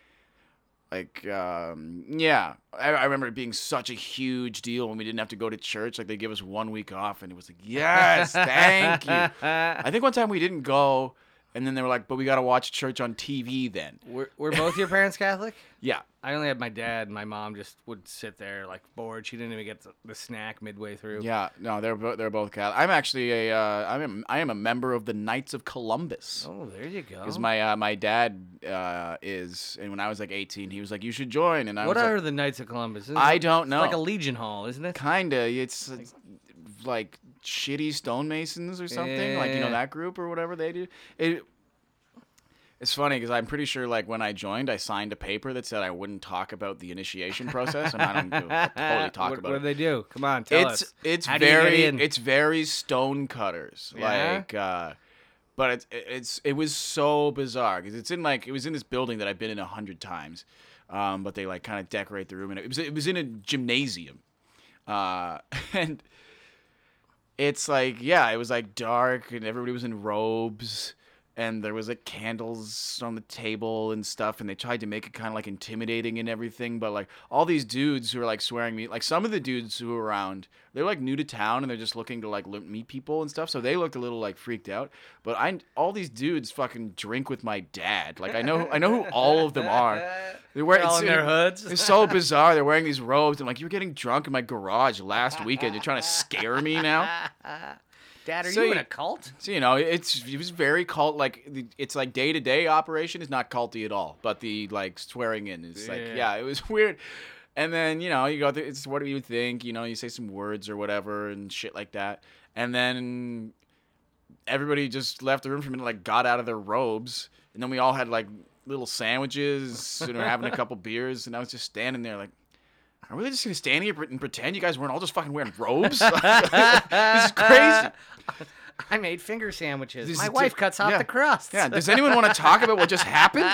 Like, um, yeah, I, I remember it being such a huge deal when we didn't have to go to church. Like, they give us one week off, and it was like, yes, thank you.
*laughs*
I think one time we didn't go, and then they were like, but we got to watch church on TV then.
*laughs* Were, were both your parents Catholic?
Yeah.
I only had my dad. My mom just would sit there like bored. She didn't even get the, the snack midway through.
Yeah, no, they're both they're both Catholic. I'm actually a uh, I'm a, I am a member of the Knights of Columbus.
Oh, there you go.
Because my uh, my dad uh, is, and when I was like 18, he was like, "You should join." And I
what
was like,
are the Knights of Columbus? Isn't
I
it-
don't
it's
know.
like a Legion Hall, isn't it?
Kinda. It's uh, like shitty stonemasons or something. Like you know
Yeah.
that group or whatever they do. It. It's funny because I'm pretty sure like when I joined, I signed a paper that said I wouldn't talk about the initiation process, and I don't give a- totally
*laughs*
talk
what,
about
what
it.
do they do? Come on, tell
It's
us.
it's
How do you get
very
in?
it's very stone cutters
Yeah?
like. uh but it's it's it was so bizarre because it's in like it was in this building that I've been in a hundred times, um, but they like kind of decorate the room and it was it was in a gymnasium, uh, *laughs* and it's like yeah it was like dark and everybody was in robes and there was like candles on the table and stuff and they tried to make it kind of like intimidating and everything but like all these dudes who are like swearing me like some of the dudes who were around they're like new to town and they're just looking to like lo- meet people and stuff so they looked a little like freaked out but i all these dudes fucking drink with my dad like i know i know who all of them are they're wearing
all in their hoods. *laughs*
it's so bizarre they're wearing these robes and like you were getting drunk in my garage last weekend you're trying to scare me now
Dad, are
So
you in
you-
a cult?
so you know, it's it was very cult like the- it's like day to day operation is not culty at all, but the like swearing in is like
Yeah.
yeah, it was *laughs* weird. And then you know you go through, it's what do you think? You know, you say some words or whatever and shit like that, and then everybody just left the room for a minute, like got out of their robes, and then we all had like little sandwiches and were having a couple beers, and I was just standing there like. Are we just gonna stand here and pretend you guys weren't all just fucking wearing robes? *laughs* this is crazy.
I made finger sandwiches.
This
My
is
wife
diff-
cuts off
yeah.
the crust.
Yeah.
*laughs*
Does anyone want to talk about what just happened?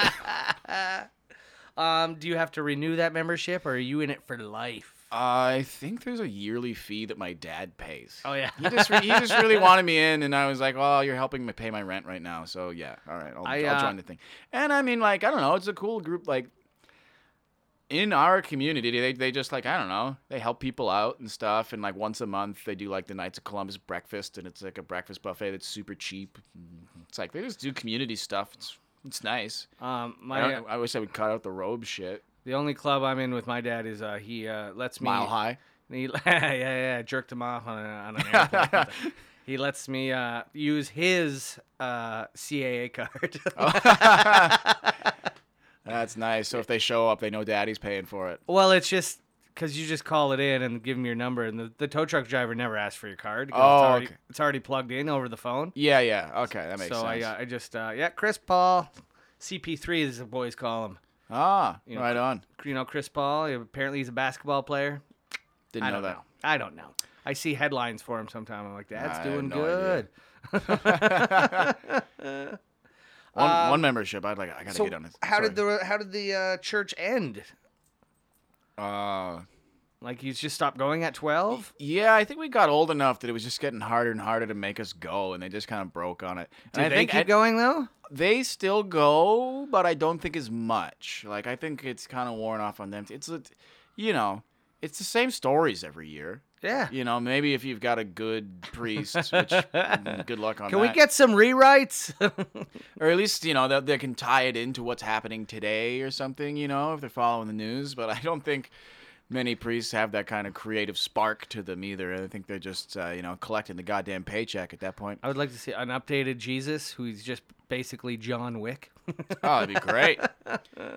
Um, do you have to renew that membership, or are you in it for life?
I think there's a yearly fee that my dad pays.
Oh yeah.
He just, re- he just
*laughs*
really wanted me in, and I was like, "Well, you're helping me pay my rent right now, so yeah, all right, I'll,
I,
I'll
uh,
join the thing." And I mean, like, I don't know, it's a cool group. Like, in our community, they they just like I don't know, they help people out and stuff, and like once a month they do like the Knights of Columbus breakfast, and it's like a breakfast buffet that's super cheap. It's like they just do community stuff. It's it's nice.
*laughs* Um,
I,
my
don't, I wish I would cut out the robe shit.
the only club I'm in with my dad is uh, he uh, lets me
Mile high.
He, *laughs* yeah, yeah, I jerked him off on, a, on an airplane.
*laughs*
he lets me uh, use his uh, CAA
*laughs*
card.
Oh. That's nice. So if they show up, they know daddy's paying for it.
well, it's just because you just call it in and give him your number, and the, the tow truck driver never asks for your card. 'cause
Oh,
it's already,
okay.
it's already plugged in over the phone.
Yeah, yeah. Okay, that makes
so
sense.
I, uh, I just uh, yeah, Chris Paul, CP3 is the boys call him.
ah,
you know,
right on.
You know, Chris Paul. Apparently, he's a basketball player.
Didn't
I
know
don't
that.
know. I don't know. I see headlines for him sometime. I'm like, that's
I have
doing
no idea.
good.
One, one membership. I'd like. I gotta get on this.
Um, how did
Sorry.
the how did the uh, church end?
Uh,
Like you just stopped going at twelve?
yeah, I think we got old enough that it was just getting harder and harder to make us go, and they just kind of broke on it.
Do
and I
they
think
keep
I-
going though?
They still go, but I don't think as much. Like I think it's kind of worn off on them. It's, a- you know, it's the same stories every year.
Yeah.
You know, maybe if you've got a good
*laughs*
priest, which mm, good luck on
Can
that.
we get some rewrites? *laughs*
or at least you know that they can tie it into what's happening today or something you know if they're following the news but i don't think many priests have that kind of creative spark to them either i think they're just uh, you know collecting the goddamn paycheck at
*laughs*
that point
I would like to see an updated Jesus who's just basically John Wick. *laughs*
oh that'd be great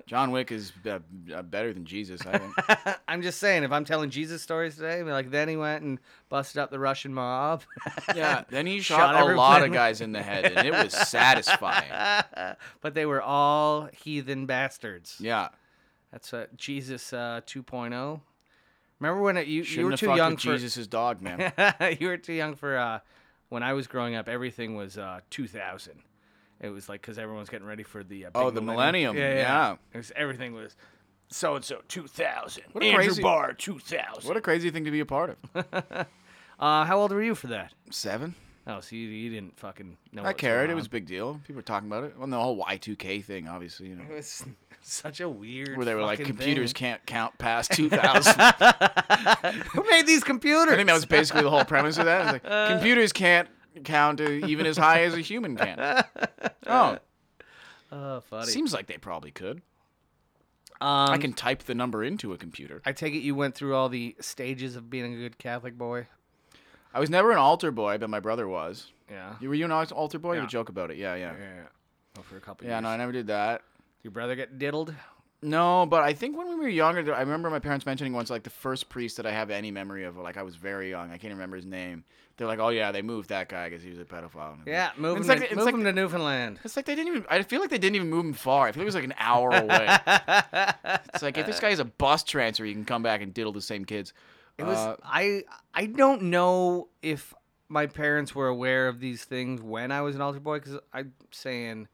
john wick is uh, uh, better than jesus i think
I'm just saying, if I'm telling Jesus stories today, I'd be like then he went and busted up the Russian mob. *laughs*
yeah then he
Shot
shot, a lot
everyone.
of guys in the head and it
*laughs*
was satisfying
but they were all heathen bastards.
yeah
That's uh, Jesus uh, 2.0. Remember when it, you, you
Shouldn't
were
have
too
fucked
young
with
for
jesus' dog man
*laughs* you were too young for uh, when I was growing up. Everything was uh, 2000. It was like because everyone's getting ready for the uh,
Oh,
big
the millennium, yeah.
It was everything was so and so 2000.
What a
Andrew
crazy-
Barr 2000.
what a crazy thing to be a part of
Uh, how old were you for that?
seven
Oh, so you, you didn't fucking know.
I cared. It was a big deal. People were talking about it. Well, the whole Y2K thing, obviously, you know,
*laughs* was such a weird.
where they were like,
fucking
computers
thing.
can't count
*laughs*
past 2000. I
Who made these computers?
think
*laughs*
that was basically the whole premise of that. It's
Uh,
like, computers can't count uh, even as high as a
*laughs*
human can. Oh,
oh, funny.
seems like they probably could.
um,
I can type the number into a computer.
I take it you went through all the stages of being a good Catholic boy.
I was never an altar boy, but my brother was.
Yeah.
You were you an al- altar boy? You
Yeah.
would joke about it. Yeah, yeah.
yeah. Oh, for a couple
Yeah,
years.
no, I never did that.
Your brother get diddled?
No, but I think when we were younger, there- I remember my parents mentioning once, like the first priest that I have any memory of, like I was very young, I can't remember his name. They're like, oh yeah, they moved that guy because he was a pedophile. And
Yeah,
it's
move, him,
like-
to,
it's
move
like-
him to Newfoundland.
It's like they didn't even. I feel like they didn't even move him far. I feel like it was like an hour
*laughs*
away. it's like if this guy is a bus transfer, you can come back and diddle the same kids.
It was
Uh,
I I don't know if my parents were aware of these things when I was an altar boy cuz I'm saying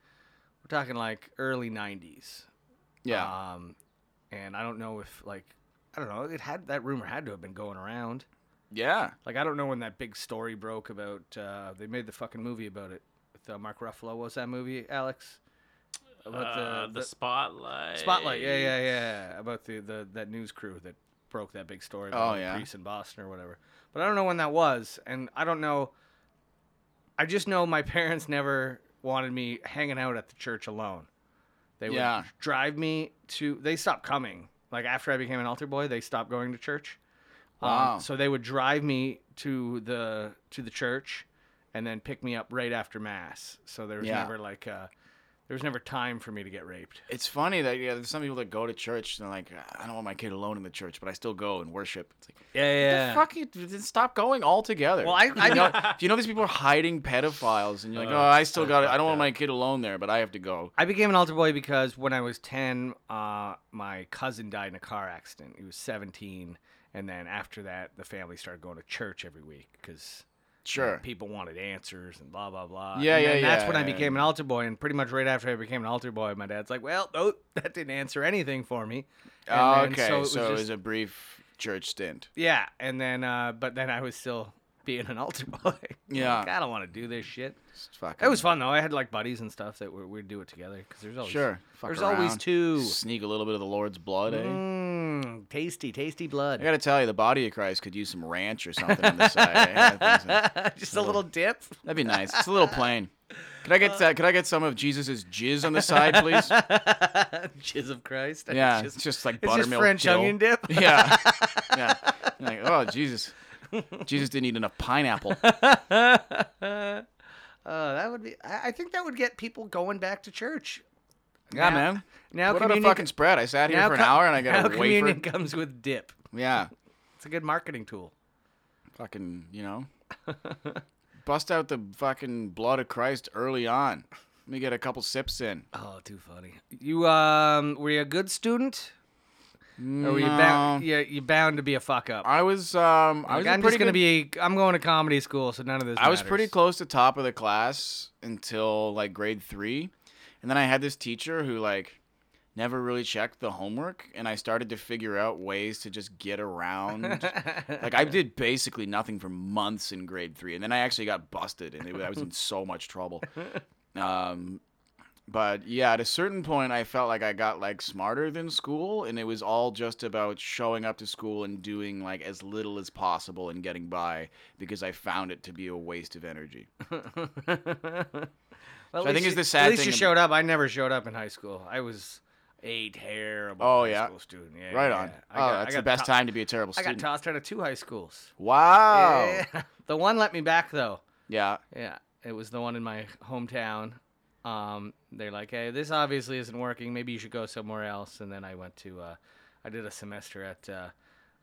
we're talking like early 90s.
yeah.
Um and I don't know if like I don't know, it had that rumor had to have been going around.
yeah.
Like I don't know when that big story broke about uh they made the fucking movie about it with uh, Mark Ruffalo. What was that movie, Alex? About the-
Uh, the,
the-
spotlight.
Spotlight. Yeah, yeah, yeah. About the, the that news crew that broke that big story
Oh,
about the
yeah.
police in Boston or whatever. But I don't know when that was, and I don't know. I just know my *laughs* parents never wanted me hanging out at the church alone. They would
Yeah.
drive me to. They stopped coming. Like after I became an altar boy, they stopped going to church. Um,
Wow.
so they would drive me to the to the church, and then pick me up right after mass. So there was
Yeah.
never like uh, there was never time for me to get raped.
It's funny that yeah, there's some people that go to church and they're like, I don't want my kid alone in the church, but I still go and worship. It's like,
Yeah, yeah.
the fuck, you, then stop going altogether.
Well, I- Uh, I
you know, if you know these people are hiding pedophiles, and you're like, oh, I still got it. I don't want my kid alone there, but I have to go.
I became an altar boy because when I was 10, uh, my cousin died in a car accident. He was 17. And then after that, the family started going to church every week because
Sure.
people wanted answers and blah, blah, blah.
Yeah,
And
yeah,
then That's
yeah,
when I
yeah.
became an altar boy. And pretty much right after I became an altar boy, my dad's like, well, oh, *laughs* that didn't answer anything for me. And
Oh,
then-
okay, so it was,
just-
a brief church stint.
yeah. And then, uh, but then I was still *laughs* being an altar boy.
Yeah.
Like, I don't want to do this shit.
It's fucking-
It was fun, though. I had like buddies and stuff that were, we'd do it together because there's always,
Sure. Fuck
there's always
around.
two.
Sneak a little bit of the Lord's blood, eh?
Mm, tasty, tasty
I
blood.
gotta tell you, the body of Christ could use some ranch or something on the side. eh? I think so.
*laughs* Just a little dip.
That'd be nice. It's a little plain. Could I get that? Could I get some of Jesus's jizz on the
*laughs*
side, please?
Jizz of Christ.
Yeah,
Just-
it's just like
it's
buttermilk.
just French
dill.
onion dip.
*laughs* Yeah, yeah. Like, oh Jesus, Jesus didn't eat enough
*laughs*
pineapple.
Uh, that would be. I, I think that would get people going back to church.
Yeah,
Now-
man.
Now
what a
communion,
fucking spread! I sat here
now
for an
co-
hour and I
now
got a wafer.
communion comes with dip.
Yeah,
It's a good marketing tool.
fucking,
*laughs*
you know, bust out the fucking blood of Christ early on. Let me get a couple sips in.
Oh, too funny. You um, were you a good student? Or were you
No.
bound? Yeah, you bound to be a fuck up.
I was, um, I was
Like,
a
I'm
pretty
just gonna
good-
be. I'm going to comedy school, so none of this.
I was
matters.
pretty close to top of the class until like grade three, and then I had this teacher who like never really checked the homework, and I started to figure out ways to just
*laughs*
get around. like I did basically nothing for months in grade three, and then I actually got busted, and it, I was in so much trouble. Um, but yeah, at a certain point, I felt like I got like smarter than school, and it was all just about showing up to school and doing like as little as possible and getting by because I found it to be a waste of energy.
*laughs* Well,
So I
at
think
least
it's the
you-
sad
At least
thing
you
ab-
showed up. I never showed up in high school. I was a terrible
Oh,
high
yeah.
school student. Yeah,
right
yeah.
on.
I
Oh,
got- I
that's the
got
best
to-
time to be a terrible
I got
student. Oh.
tossed out of two high schools.
wow. Yeah.
Yeah. *laughs* The one let me back though. Yeah, it was the one in my hometown. Um, they're like, hey, this obviously isn't working. Maybe you should go somewhere else. And then I went to, uh, I did a semester at uh,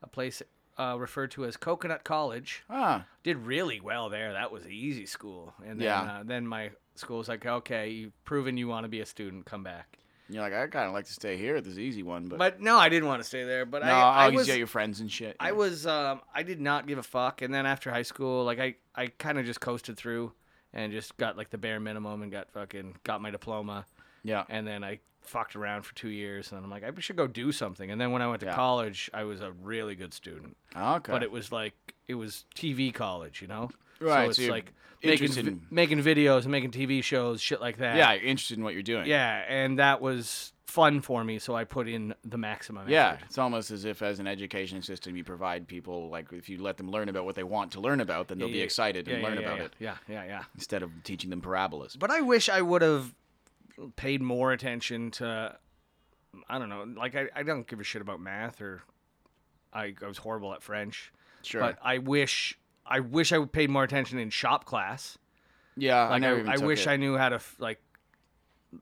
a place uh, referred to as Coconut College.
Ah,
did really well there. That was an easy school. And then,
Yeah.
uh, then my school was like, okay, you've proven you want to be a student, come back.
you're like I kind of like to stay here. This is an easy one, but,
But no, I didn't want to stay there. But
no,
I, I
oh, you
was,
see all your friends and shit.
I
yeah.
was, um, I did not give a fuck. And then after high school, like I, I kind of just coasted through and just got like the bare minimum and got fucking got my diploma.
Yeah.
And then I fucked around for two years, and then I'm like, I should go do something. And then when I went to
Yeah.
college, I was a really good student.
Okay.
but it was like it was TV college, you know. So
Right, so
it's
you're
like making
interested
vi-
in-
making videos, making TV shows, shit like that.
yeah, you're interested in what you're doing.
Yeah, and that was fun for me, so I put in the maximum.
Yeah,
effort.
it's almost as if as an education system, you provide people like if you let them learn about what they want to learn about, then they'll be
yeah,
excited
Yeah,
and
yeah,
learn
yeah,
about
yeah,
it
Yeah, yeah, yeah.
instead of teaching them parabolas.
But I wish I would have paid more attention to. I don't know. Like I, I don't give a shit about math or. I, I was horrible at French,
Sure.
but I wish I wish I paid more attention in shop class.
yeah, I
Like
never
I,
even
I
took
wish
it.
I knew how to f- like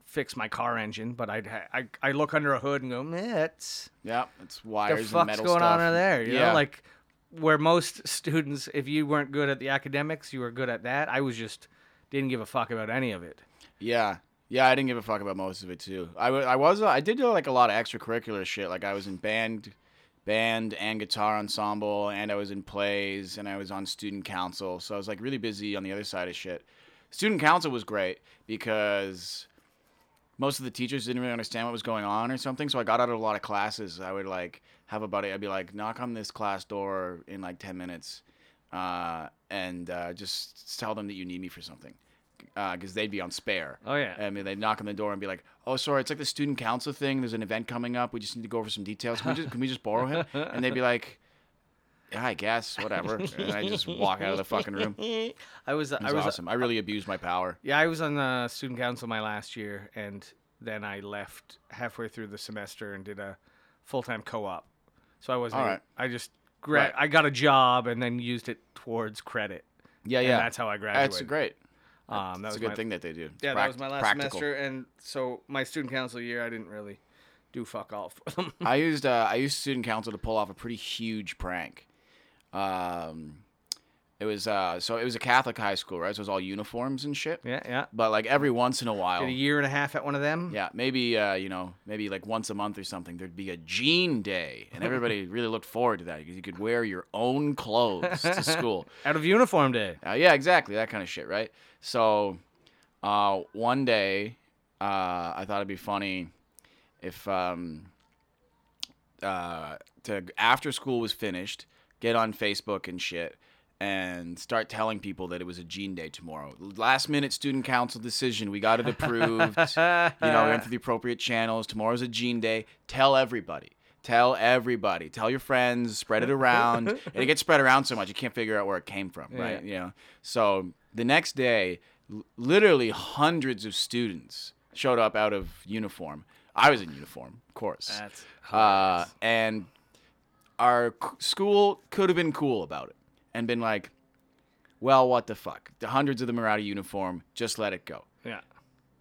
fix my car engine, but I'd ha- I I look under a hood and go, "Mits,
Yeah, it's
the
wires and
fuck's
metal
going
stuff.
on over there?" You
yeah,
know, like where most students, if you weren't good at the academics, you were good at that. I was just didn't give a fuck about any of it.
yeah, yeah. I didn't give a fuck about most of it too. I wa- I was uh, I did do like a lot of extracurricular shit. Like I was in band, band and guitar ensemble, and I was in plays, and I was on student council. So I was like really busy on the other side of shit. Student council was great because most of the teachers didn't really understand what was going on or something. So I got out of a lot of classes. I would like have a buddy. I'd be like, knock on this class door in like ten minutes, uh, and uh, just tell them that you need me for something. because they'd be on spare.
Oh, yeah.
I mean, they'd knock on the door and be like, "Oh, sorry, it's like the student council thing. There's an event coming up. We just need to go over some details. Can we just can we just borrow
*laughs*
him?" And they'd be like, "Yeah, I guess, whatever." And I just walk out of the
*laughs*
fucking room. *laughs* It
I was, I
was,
was, uh,
awesome. I really abused my power.
yeah, I was on the student council my last year, and then I left halfway through the semester and did a full time co op. So I wasn't.
All
even-
right.
I just gra-
Right.
I got a job and then used it towards credit.
Yeah,
And
yeah.
that's how I
That's
graduated.
great.
Um, that
That's
was
a good
my,
thing that they do. It's
Yeah, that
prac-
was my last
practical.
semester, and so my student council year, I didn't really do fuck all for them.
*laughs* I used uh, I used student council to pull off a pretty huge prank. Um, it was uh, so it was a Catholic high school, right? So it was all uniforms and shit.
yeah, yeah. Oh.
But like every once in a while,
Did a year and a half at one of them.
yeah, maybe uh, you know, maybe like once a month or something, there'd be a jean day,
*laughs*
and everybody really looked forward to that because you could wear your own
*laughs*
clothes to school.
Out of uniform day.
Uh, yeah, exactly. That kind of shit, right? So, uh, one day, uh, I thought it'd be funny if um, uh, to after school was finished, get on Facebook and shit, and start telling people that it was a Gene Day tomorrow. Last minute student council decision. We got it approved. you know, we went through the appropriate channels. Tomorrow's a Gene Day. Tell everybody. Tell everybody. Tell your friends. Spread it around. and it gets spread around so much you can't figure out where it came from, right? You know. So the next day, l- literally hundreds of students showed up out of uniform. I was in uniform, of course.
That's
Uh, and our c- school could have been cool about it and been like, well, what the fuck? The hundreds of them are out of uniform. Just let it go.
yeah.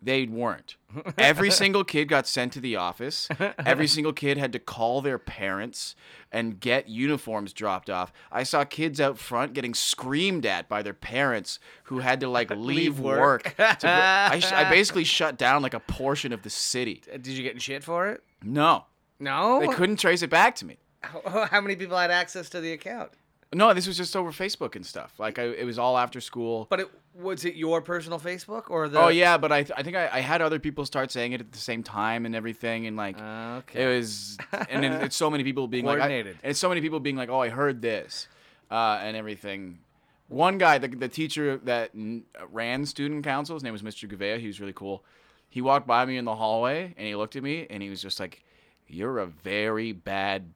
They weren't. *laughs* Every single kid got sent to the office. Every single kid had to call their parents and get uniforms dropped off. I saw kids out front getting screamed at by their parents who had to *laughs* like leave, work.
work.
to- I, sh- *laughs* I basically shut down like a portion of the city.
Uh, Did you get in shit for it?
No,
No.
they couldn't trace it back to me.
*laughs* How, how many people had access to the account?
No, this was just over Facebook and stuff. Like I, it was all after school.
But uh, it was it your personal Facebook or the?
oh yeah, but I, th- I think I, I had other people start saying it at the same time and everything, and like
Okay.
it was, and it, it's so many people being like, I-
Coordinated.
and it's so many people being like, oh, I heard this, uh, and everything. One guy, the, the teacher that n- ran student council, his name was Mr. Gouveia. He was really cool. He walked by me in the hallway and he looked at me and he was just like, "You're a very bad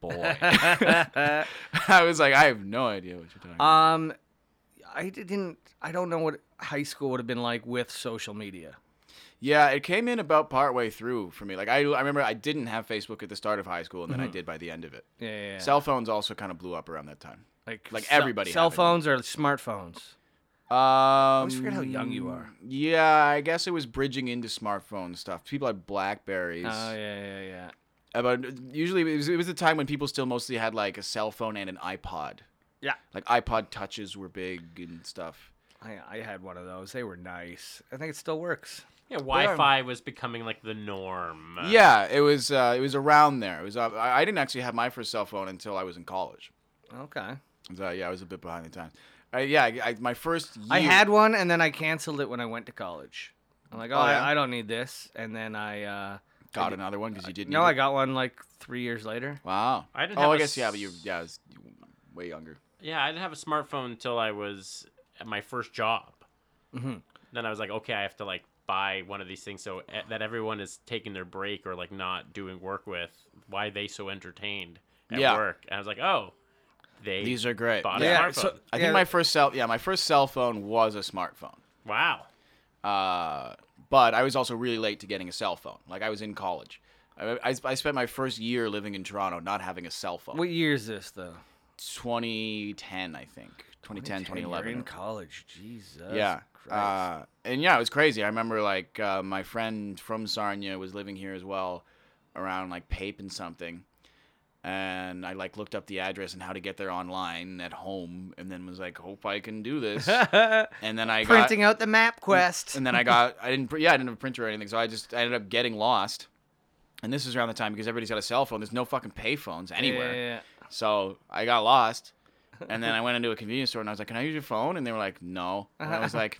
*laughs*
boy." *laughs* I was like, "I have no idea what you're talking." about.
Um, I didn't. I don't know what high school would have been like with social media.
Yeah, it came in about partway through for me. Like I, I remember I didn't have Facebook at the start of high school, and then I did by the end of it.
Yeah. Mm-hmm. yeah, yeah.
Cell phones also kind of blew up around that time.
like
like
cell-
everybody
Cell
having
phones or smartphones.
Um,
always forget how young you are.
Yeah, I guess it was bridging into smartphone stuff. People had Blackberries.
Oh yeah, yeah, yeah.
About usually it was, it was the time when people still mostly had like a cell phone and an iPod.
Yeah.
Like iPod touches were big and stuff.
I, I had one of those. They were nice. I think it still works.
Yeah, Wi-Fi was becoming like the norm.
Yeah, it was uh, it was around there. It was uh, I I didn't actually have my first cell phone until I was in college.
Okay.
So, yeah, I was a bit behind the times. Uh, yeah, I, I, my first year,
I had one and then I canceled it when I went to college. I'm like, oh,
Oh, yeah?
I, I don't need this. And then I uh,
got another one because you didn't.
no,
need
I
it.
got one like three years later.
Wow.
I didn't
Oh,
have
I
a
guess yeah, but you
s-
yeah, I was way younger.
Yeah, I didn't have a smartphone until I was at my first job.
Mm-hmm.
Then I was like, okay, I have to like buy one of these things so e- that everyone is taking their break or like not doing work with. Why are they so entertained at
Yeah.
work? And I was like, oh, they
These are great.
bought
Yeah,
a smartphone.
so-
I
Yeah.
think my first cell yeah my first cell phone was a smartphone.
*laughs* wow.
Uh, but I was also really late to getting a cell phone. Like I was in college. I, I, I spent my first year living in Toronto not having a cell phone.
What year is this though?
2010 I think. 2010, 2011.
You're in college. Jesus.
yeah.
Christ.
Uh, and yeah, it was crazy. I remember like uh, my friend from Sarnia was living here as well, around like Pape and something, and I like looked up the address and how to get there online at home, and then was like, hope I can do this. and then I got
Printing out the map quest.
and then I got I didn't pr- yeah I didn't have a printer or anything, so I just I ended up getting lost. And this is around the time because everybody's got a cell phone. There's no fucking pay phones anywhere.
Yeah,
So I got lost,
*laughs*
and then I went into a convenience store and I was like, "Can I use your phone?" And they were like, "No." And
*laughs*
I was like,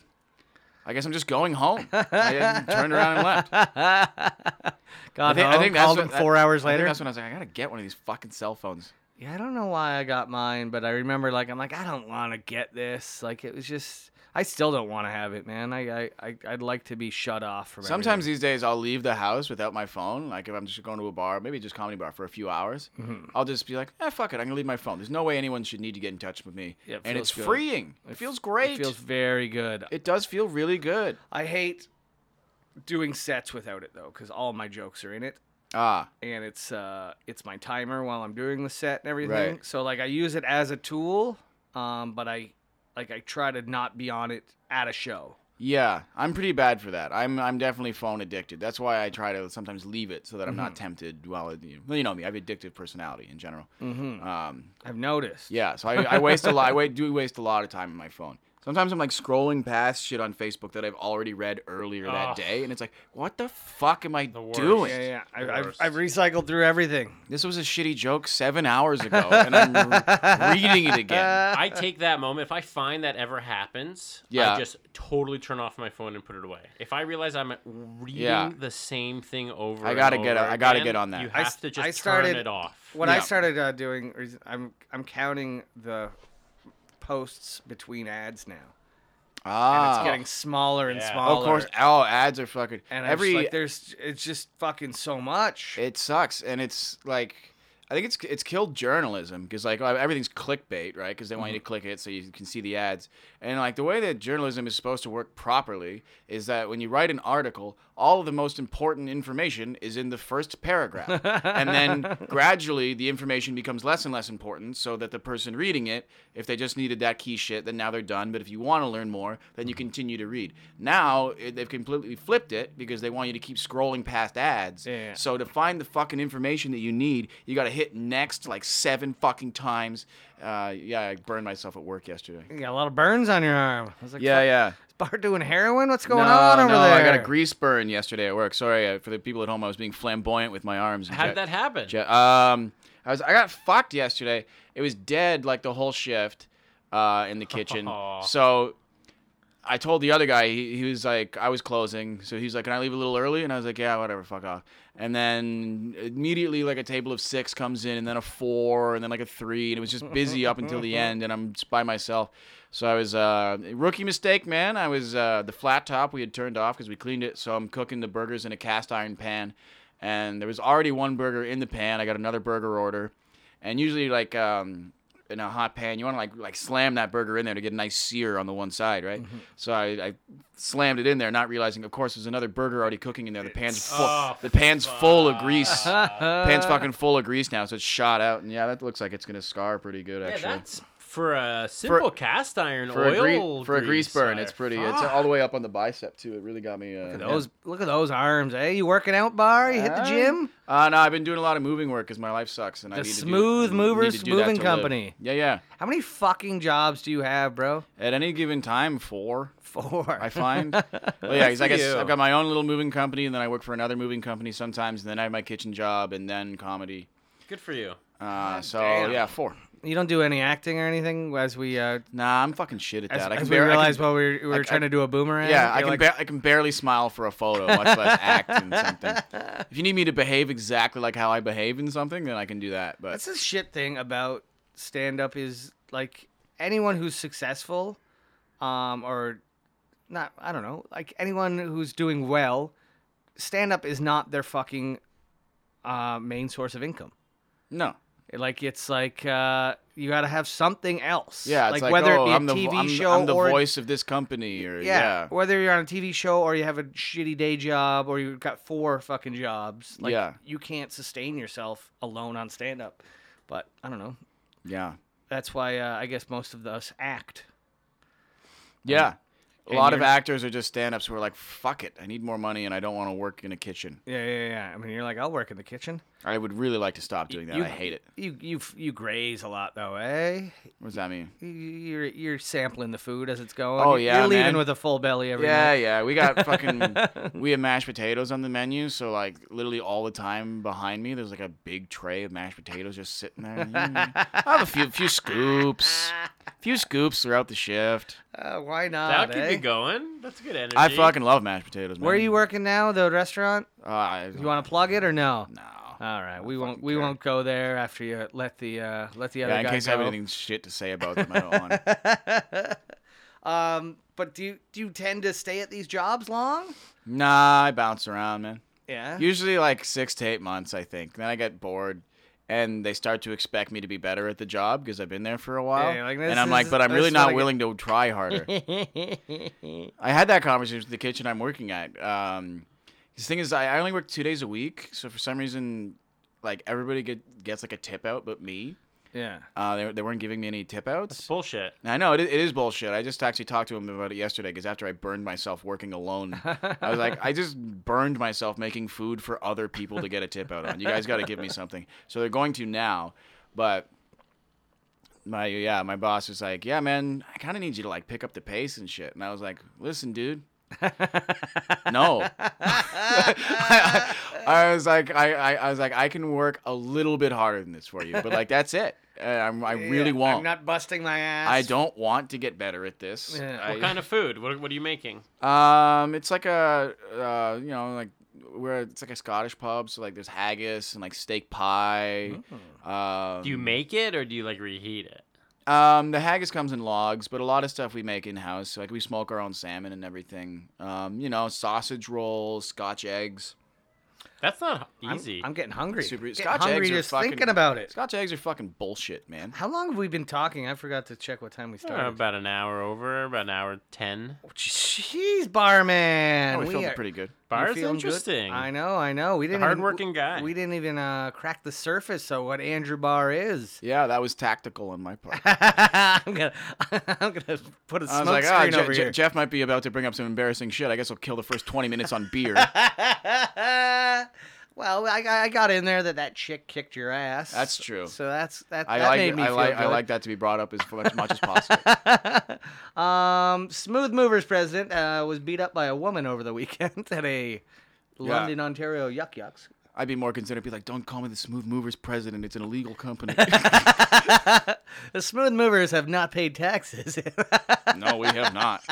"I guess I'm just going home." I turned around and left. I
Got
thi-
home. Uh-huh. called him
what-
four
I-
hours
I think
later.
that's when I was like, "I gotta get one of these fucking cell phones."
Yeah, I don't know why I got mine, but I remember like I'm like I don't want to get this. Like it was just I still don't want to have it, man. I, I, I I'd like to be shut off from.
Sometimes these days I'll leave the house without my phone. Like if I'm just going to a bar, maybe just comedy bar for a few hours,
Mm-hmm.
I'll just be like, eh, fuck it, I'm gonna leave my phone. There's no way anyone should need to get in touch with me.
Yeah, it
and
feels
it's
good.
freeing. It, feels great.
everything. It feels very good.
It does feel really good.
I hate doing sets without it though, because all my jokes are in it,
Ah,
and it's uh it's my timer while I'm doing the set and everything.
Right.
So like I use it as a tool, um, but I like I try to not be on it at a show.
yeah. I'm pretty bad for that. I'm I'm definitely phone addicted. That's why I try to sometimes leave it so that I'm
Mm-hmm.
not tempted. While it, you, well, you know me, I have addictive personality in general. Mm-hmm. Um,
I've noticed.
Yeah, so I, I waste a lot. I wa- do waste a lot of time on my phone. Sometimes I'm like scrolling past shit on Facebook that I've already read earlier that
Ugh.
day, and it's like, what the fuck am I
worst.
doing?
Yeah, yeah. I,
The
I've,
worst.
I've recycled through everything.
This was a shitty joke seven hours ago, and I'm re- reading
*laughs*
it again.
I take that moment. If I find that ever happens,
Yeah.
I just totally turn off my phone and put it away. If I realize I'm reading
Yeah.
the same thing over,
I gotta
and
get
over
on- I gotta
again,
get on that.
You
I
have
s-
to
I
just
started-
turn it off.
What I
Yeah.
started uh, doing is I'm I'm counting the posts between ads now. And
Ah,
it's getting smaller and
Yeah.
smaller.
of course. Oh, ads are fucking
And I'm
every.
just like, there's it's just fucking so much.
it sucks, and it's like. I think it's it's killed journalism because like uh, everything's clickbait, right? Because they want you to click it so you can see the ads. And like the way that journalism is supposed to work properly is that when you write an article, all of the most important information is in the first paragraph, and then gradually the information becomes less and less important, so that the person reading it, if they just needed that key shit, then now they're done. But if you want to learn more, then you continue to read. Now it, they've completely flipped it because they want you to keep scrolling past ads.
Yeah.
So to find the fucking information that you need, you got to hit next like seven fucking times. Uh, yeah, I burned myself at work yesterday.
you got a lot of burns on your arm. I was like,
Yeah,
fuck,
yeah.
Is Bart doing heroin? What's going
no,
on over
no,
there?
I got a grease burn yesterday at work. Sorry uh, for the people at home. I was being flamboyant with my arms. and
How
jet-
did that happen?
Je- um, I was I got fucked yesterday. It was dead like the whole shift uh, in the kitchen. so I told the other guy. He, he was like, I was closing, so he's like, "Can I leave a little early?" And I was like, "Yeah, whatever, fuck off." And then immediately like a table of six comes in, and then a four, and then like a three, and it was just busy up until the end, and I'm just by myself. So I was uh, rookie mistake, man. I was uh, the flat top we had turned off because we cleaned it. So I'm cooking the burgers in a cast iron pan, and there was already one burger in the pan. I got another burger order, and usually like um, in a hot pan, you want to like like slam that burger in there to get a nice sear on the one side, right?
Mm-hmm.
So I, I slammed it in there, not realizing, of course, there's another burger already cooking in there. The pan's full.
Oh,
the pan's full of grease. *laughs* pan's fucking full of grease now, so it's shot out. And yeah, that looks like it's gonna scar pretty good,
yeah,
actually.
that's for a simple cast iron
for a, gre-
oil
for a grease burn,
fire.
it's pretty. It's all the way up on the bicep too. It really got me. Uh,
Look at those look at those arms, eh? You working out, Bar? You hit the gym?
Uh, no, I've been doing a lot of moving work because my life sucks, and I
The
need to do-
Smooth
need
Movers
to do that
Moving
to live.
Company.
Yeah, yeah.
How many fucking jobs do you have, bro?
At any given time, four.
Four. *laughs*
I find. well, yeah, 'cause I
Good for
guess
you.
I've got my own little moving company, and then I work for another moving company sometimes, and then I have my kitchen job, and then comedy.
good for you.
Uh, so
Ah, damn.
yeah, four.
you don't do any acting or anything as we uh
Nah, I'm fucking shit at
as,
that. I
as
can
we
bar- I can-
realized while we were, we were
I-
trying
I-
to do a boomerang.
Yeah, I
you're
can
like,
ba- I can barely smile for a photo, much
*laughs*
less act in something. If you need me to behave exactly like how I behave in something, then I can do that. But
That's the shit thing about stand up is like anyone who's successful, um, or not, I don't know, like anyone who's doing well, stand up is not their fucking uh, main source of income.
no.
Like it's like uh, you got to have something else.
Yeah, it's like,
whether
oh,
it be a
I'm the,
TV
vo- I'm,
show
I'm the
or
voice of this company, or
yeah,
yeah,
whether you're on a TV show or you have a shitty day job or you've got four fucking jobs. Like
Yeah.
you can't sustain yourself alone on stand up. But I don't know.
yeah.
That's why uh, I guess most of us act.
Yeah. A
and
lot of
you're-
actors are just stand ups who are like, fuck it, I need more money and I don't want to work in a kitchen.
Yeah, yeah, yeah. I mean, you're like, I'll work in the kitchen.
I would really like to stop doing that. I hate it.
You you f- you graze a lot though, eh?
What does that mean?
You- You're you're sampling the food as it's going.
Oh,
You're-
yeah,
you're leaving
man.
with a full belly every
Yeah,
night.
yeah. We got fucking,
*laughs*
we have mashed potatoes on the menu. So, like, literally all the time behind me, there's like a big tray of mashed potatoes just
*laughs*
sitting there. Mm. I have a few, few scoops, few scoops throughout the shift.
Uh, why not?
That could
eh?
be going. That's good energy.
Ah, I fucking love mashed potatoes, man.
Where are you working now? The restaurant?
Uh, I,
You want to plug it or no?
No.
All right, we
don't
won't
fucking
we
care.
won't go there after you let the uh, let the other
Yeah, in
guy
case
go. *laughs*
I have anything shit to say about them, I don't want to.
Um, but do you, do you tend to stay at these jobs long?
Nah, I bounce around, man.
Yeah.
Usually like six to eight months, I think. Then I get bored, and they start to expect me to be better at the job because I've been there for a while.
Yeah, like, this
and I'm
is-
like, but I'm
I
really
just wanna
not
get-
willing to try
*laughs*
harder. I had that conversation with the kitchen I'm working at. Um, 'cause the thing is, I, I only work two days a week, so for some reason, like everybody get, gets like a tip out, but me.
yeah.
Uh, they, they weren't giving me any tip outs.
Bullshit.
I know it, i- it is bullshit. I just actually talked to him about it yesterday because after I burned myself working alone, I was like, I just burned myself making food for other people to get a tip out on. You guys got to give me something. So they're going to now, but my yeah, my boss was like, yeah, man, I kind of need you to like pick up the pace and shit. And I was like,
*laughs*
listen, dude. no, *laughs* I, was like, I, I, I was like, I can work a little bit harder than this for you, but like that's it. Uh, I'm, I really
Yeah,
won't.
I'm not busting my ass.
I don't want to get better at this.
Yeah. What
I-
What kind of food? What, what are you making?
um, it's like a uh, you know, like we're it's like a Scottish pub, so like there's haggis and like steak pie. Um,
Oh.
Do you make it or do you like reheat it?
um, the haggis comes in logs, but a lot of stuff we make in house. Like we smoke our own salmon and everything. Um, you know, sausage rolls, Scotch eggs.
That's not
I'm,
easy.
I'm getting hungry.
Super
Getting
Scotch
hungry
eggs are
just
fucking-
thinking about it.
Scotch eggs are fucking bullshit, man.
How long have we been talking? I forgot to check what
Oh,
time we
Uh,
started. Oh,
about an hour over, about an hour ten.
Jeez, barman.
Oh, we, filmed
are-
it pretty good.
you
Bar's
feeling good?
interesting.
I know, I know. We didn't
hardworking
even,
guy.
We didn't even uh, crack the surface of what Andrew Barr is. *laughs*
Yeah, that was tactical on my part.
I'm gonna, *laughs* I'm gonna put a
I
smoke
was like, ah,
screen
Je-
over
Je-
here.
Jeff might be about to bring up some embarrassing shit. I guess we'll kill the first 20 minutes on
*laughs*
beer.
well, I, I got in there that that chick kicked your ass.
That's true.
So that's that.
I
that
like
made me
I
feel
like I
good.
like that to be brought up as much, as much as possible. *laughs*
*laughs* um, Smooth Movers president uh, was beat up by a woman over the weekend *laughs* at a London, Ontario yuck yucks.
I'd be more considerate. Be like, don't call me the Smooth Movers president. It's an
*laughs*
illegal company.
The Smooth Movers have not paid taxes. *laughs*
no, we *laughs* have not.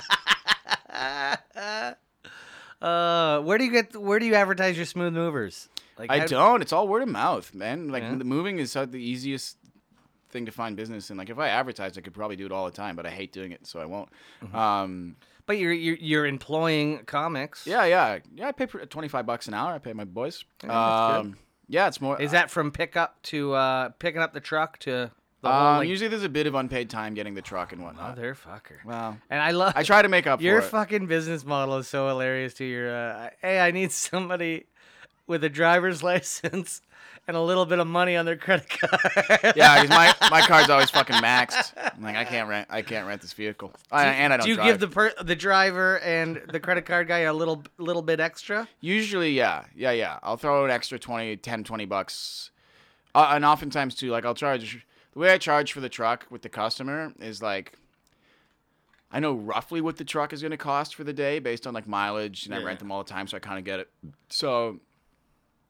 uh, where do you get? Where do you advertise your Smooth Movers? Like
I
how-
don't. It's all word of mouth, man. Like
Yeah.
the moving is so- the easiest thing to find business in. Like if I advertised, I could probably do it all the time, but I hate doing it, so I won't.
Mm-hmm.
Um,
But you're you're, you're employing comics.
yeah, yeah, yeah. I pay for twenty five bucks an hour. I pay my boys.
that's
um, yeah, it's more.
Is that from pickup to uh, picking up the truck to the whole
um,
like,
usually there's a bit of unpaid time getting the truck and whatnot.
motherfucker?
Wow.
And I love
I try to make up
Your
for it.
fucking business model is so hilarious to your uh, hey, I need somebody with a driver's *laughs* license and a little bit of money on their credit card.
Yeah, 'cause my, my card's always fucking maxed. I'm like, I can't rent. I can't rent this vehicle. I, and I don't.
Do you
drive.
give the per- the driver and the credit card guy a little little bit extra?
Usually, yeah, yeah, yeah. I'll throw an extra 20, 10, 20 bucks, uh, and oftentimes too. Like I'll charge. The way I charge for the truck with the customer is like. I know roughly what the truck is going to cost for the day based on like mileage, and I rent them all the time, so I kind of get it. So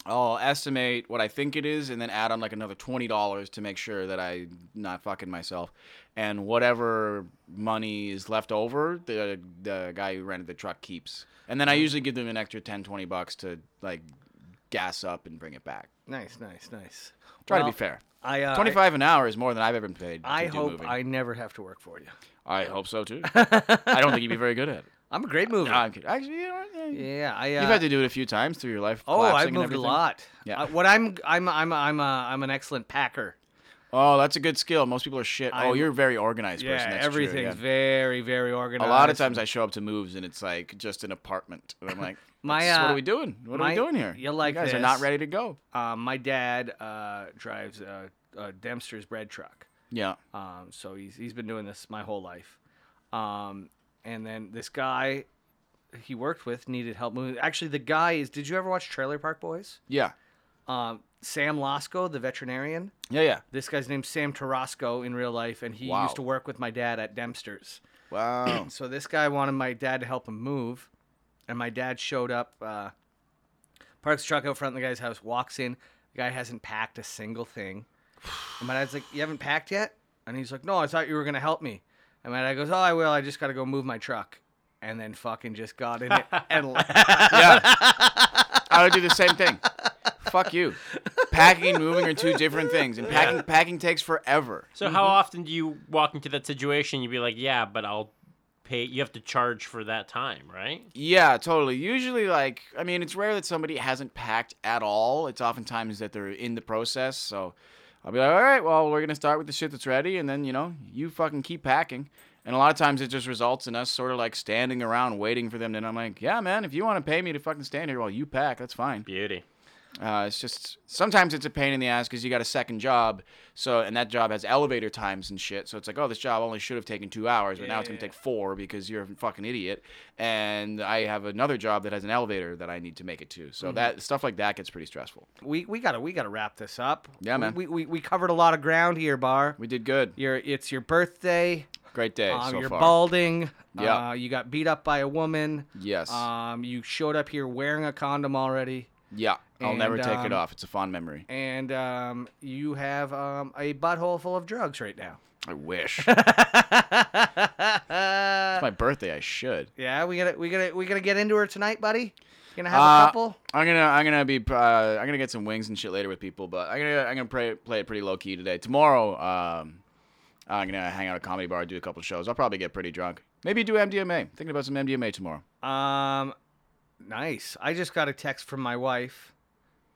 I'll estimate what I think it is and then add on like another twenty dollars to make sure that I'm not fucking myself. And whatever money is left over, the the guy who rented the truck keeps. And then I usually give them an extra 10, 20 bucks to like gas up and bring it back.
Nice, nice, nice.
Try
Well,
to be fair.
I uh,
Twenty five an hour is more than I've ever been paid. to
I, I
do
hope
moving.
I never have to work for you.
I hope
*laughs*
so too. I don't think you'd be very good at it.
I'm a great mover.
No, I'm kidding. Actually, you know, what? yeah.
yeah, I. Uh,
you've had to do it a few times through your life.
oh,
collapsing
I've
and
moved a
everything.
lot.
Yeah.
Uh, what I'm I'm I'm I'm uh, I'm an excellent packer.
Oh, that's a good skill. Most people are shit. oh,
I'm-
you're a very organized person. That's true,
everything's
yeah.
very very organized.
A lot of times I show up to moves and it's like just an apartment. And I'm like,
*laughs* My,
"That's- what
uh,
are we doing? What are
my-
we doing here?
you'll like
you guys are not
this.
ready to go.
Uh, my dad uh, drives a, a Dempster's bread truck,
Yeah.
um, so he's he's been doing this my whole life. Um, and then this guy he worked with needed help moving. Actually, the guy is. Did you ever watch Trailer Park Boys?
Yeah.
Um, Sam Lasco, the veterinarian.
Yeah. Yeah.
This guy's named Sam Tarasco in real life, and he
Wow.
used to work with my dad at Dempster's.
Wow.
So this guy wanted my dad to help him move, and my dad showed up, uh, parks the truck out front of the guy's house, walks in. The guy hasn't packed a single thing. And my dad's like, "You haven't packed yet?" And he's like, "No, I thought you were gonna help me." And my dad goes, "Oh, I will. I just gotta go move my truck." And then fucking just got in it and left.
yeah. *clears throat* I would do the same thing. Fuck you. Packing and moving are two different
*laughs*
things, and packing packing takes forever.
So how often do you walk into that situation? You'd be like, yeah, but I'll pay. You have to charge for that time, right?
Yeah, totally. Usually, like, I mean, it's rare that somebody hasn't packed at all. It's oftentimes that they're in the process. So I'll be like, all right, well, we're going to start with the shit that's ready. And then, you know, you fucking keep packing. And a lot of times it just results in us sort of like standing around waiting for them. And I'm like, yeah, man, if you want to pay me to fucking stand here while you pack, that's fine.
Beauty.
Uh, it's just sometimes it's a pain in the ass because you got a second job, so and that job has elevator times and shit. So it's like, oh, this job only should have taken two hours, but now it's gonna take four because you're a fucking idiot. And I have another job that has an elevator that I need to make it to.
Mm-hmm.
So that stuff like that gets pretty stressful.
We we gotta we gotta wrap this up.
Yeah, man.
We we, we covered a lot of ground here, Bar.
We did good.
Your it's your birthday.
Great day
Um,
so
you're
far.
balding.
Yeah.
Uh, you got beat up by a woman.
Yes.
Um, you showed up here wearing a condom already,
yeah, I'll never
and,
take
um,
it off. It's a fond memory.
and um, you have um, a butthole full of drugs right *laughs* now.
I wish. it's my birthday. I should.
Yeah, we gotta we gotta we gotta get into her tonight, buddy. Gonna have
Uh,
a couple.
I'm gonna I'm gonna be uh, I'm gonna get some wings and shit later with people, but I'm gonna I'm gonna play, play it pretty low key today. Tomorrow, um, I'm gonna hang out at a comedy bar, do a couple shows. I'll probably get pretty drunk. Maybe do MDMA. Thinking about some MDMA tomorrow.
Um, nice. I just got a text from my wife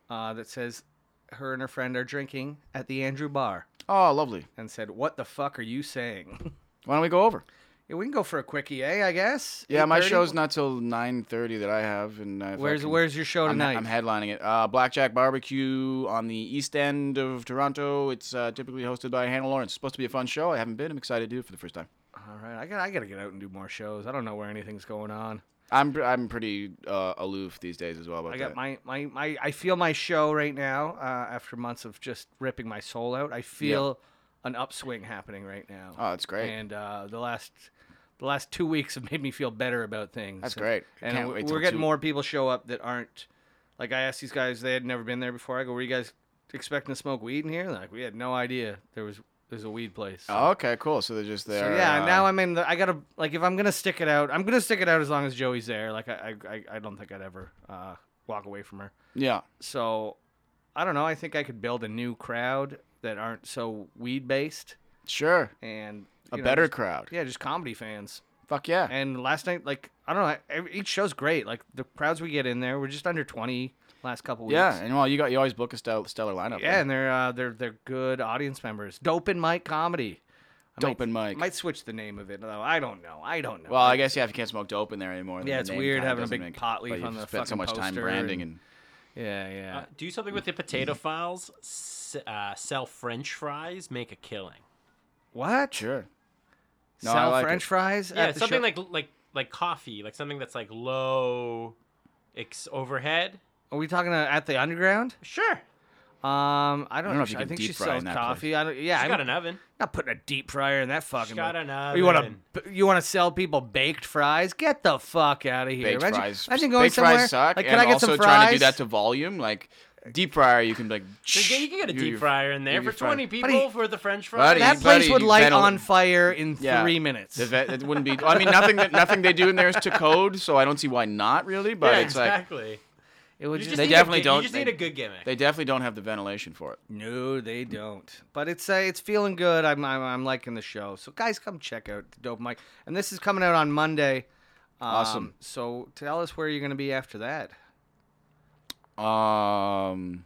uh, that says her and her friend are drinking at the Andrew Bar,
Oh, lovely.
and said, "What the fuck are you saying?" *laughs*
Why don't we go over?
yeah, we can go for a quickie, eh? I guess.
Yeah, my
8:30?
show's not till 9:30 that I have, and uh, if I
Where's
can-
Where's your show
I'm,
tonight?
I'm headlining it. Uh, Blackjack Barbecue on the East End of Toronto. It's uh, typically hosted by Hannah Lawrence. It's supposed to be a fun show. I haven't been. I'm excited to do it for the first time.
All right, I got I gotta get out and do more shows. I don't know where anything's going on.
I'm I'm pretty uh, aloof these days as well. About
I
that.
got my, my, my I feel my show right now uh, after months of just ripping my soul out. I feel an upswing happening right now.
Oh, that's great.
And uh, the last the last two weeks have made me feel better about things.
That's
And-
great. I
And
can't
we-
wait till
we're getting
two-
more people show up that aren't like I asked these guys. They had never been there before. I go, were you guys expecting to smoke weed in here? They're Like we had no idea there was there's a weed place.
Oh, okay, cool. So they're just
So
there.
yeah,
uh,
now I'm in. The, I gotta like if I'm gonna stick it out, I'm gonna stick it out as long as Joey's there. Like I, I, I- I don't think I'd ever uh, walk away from her.
yeah,
So I don't know. I think I could build a new crowd that aren't so weed based
sure,
and
a
you know,
better
just-
crowd.
yeah, just comedy fans.
Fuck yeah.
And last night, like I don't know, every, each show's great. Like the crowds we get in there, we're just under twenty last couple weeks.
yeah, and well, you got you always book a stellar, stellar lineup.
yeah, and they're uh, they're they're good audience members. Dope and Mike comedy. I
Dope and Mike.
Might switch the name of it though. I don't know. I don't know.
Well, I guess yeah, if you can't smoke dope in there anymore. then
Yeah,
the
it's
name
weird
kinda
having a
doesn't
big
make-
pot leaf
but you've
on the
spent so
fucking
much time
poster
branding
and-
and,
yeah, yeah.
Uh, do something with the potato files. S- uh, sell French fries. Make a killing.
What?
sure. No, I
Sell
like
French
it.
fries?
Yeah,
at the
something
show?
like like like coffee, like something that's like low, ex- overhead.
Are we talking uh, at the underground?
Sure,
Um, I don't,
know if you
I
can
think
deep
she
fry
sells
in that
coffee. I don't. Yeah,
I
I'm
got an oven.
not putting a deep fryer in that fucking.
got
thing.
an
You want
oven.
to? You want to sell people baked fries? Get the fuck out of here!
Baked
imagine,
fries.
imagine going
baked
somewhere.
fries suck.
Like,
and
can I get
also
some
trying to do
fries?
that to volume, like deep fryer, you can like.
Yeah, you can get a
you-
deep
you-
fryer in there
you-
for
you fry-
twenty
Buddy-
people for the French fries.
Buddy,
That place
buddy,
would light
that'll-
on fire in
Yeah.
three minutes.
The vet, it wouldn't be. I mean, nothing. that- Nothing they do in there is to code, so I don't see why not really. But
yeah,
it's like
exactly.
It would
You
just
just need a
definitely
gi-
don't-
You just
they-
need a good gimmick.
they definitely don't have the ventilation for it.
No, they don't. But it's uh, it's feeling good. I'm, I'm I'm liking the show. So guys, come check out the Dope Mike. And this is coming out on Monday. Um,
Awesome.
So tell us where you're going to be after that.
Um,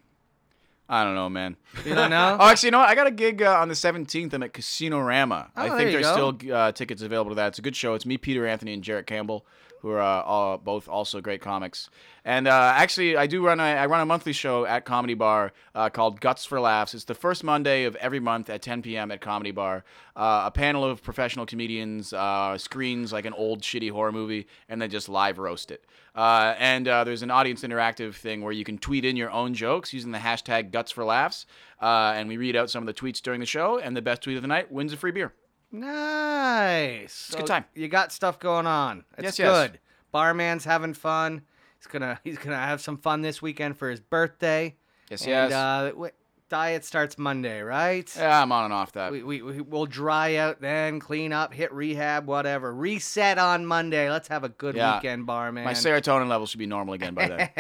I don't know, man.
You don't know?
*laughs* Oh, actually, you know what? I got a gig uh, on the 17th. I'm at Casino Rama.
Oh,
I
there
think
you
there's
go.
still uh, tickets available to that. It's a good show. It's me, Peter Anthony, and Jarrett Campbell, who are uh, all, both also great comics. And uh, actually, I do run a I run a monthly show at Comedy Bar uh, called Guts for Laughs. It's the first Monday of every month at 10 p.m. at Comedy Bar. Uh, a panel of professional comedians uh, screens like an old shitty horror movie and then just live roast it. Uh, and uh, there's an audience interactive thing where you can tweet in your own jokes using the hashtag guts for laughs. Uh, and we read out some of the tweets during the show, and the best tweet of the night wins a free beer.
nice. It's
a good time.
You got stuff going on. It's
Yes, yes.
good. Barman's having fun. He's gonna *laughs* he's gonna have some fun this weekend for his birthday.
Yes,
and,
yes.
Uh, wait, diet starts Monday, right?
Yeah, I'm on and off that.
We, we, we, we'll dry out then, clean up, hit rehab, whatever. Reset on Monday. Let's have a good
Yeah.
weekend, barman.
My serotonin level should be normal again by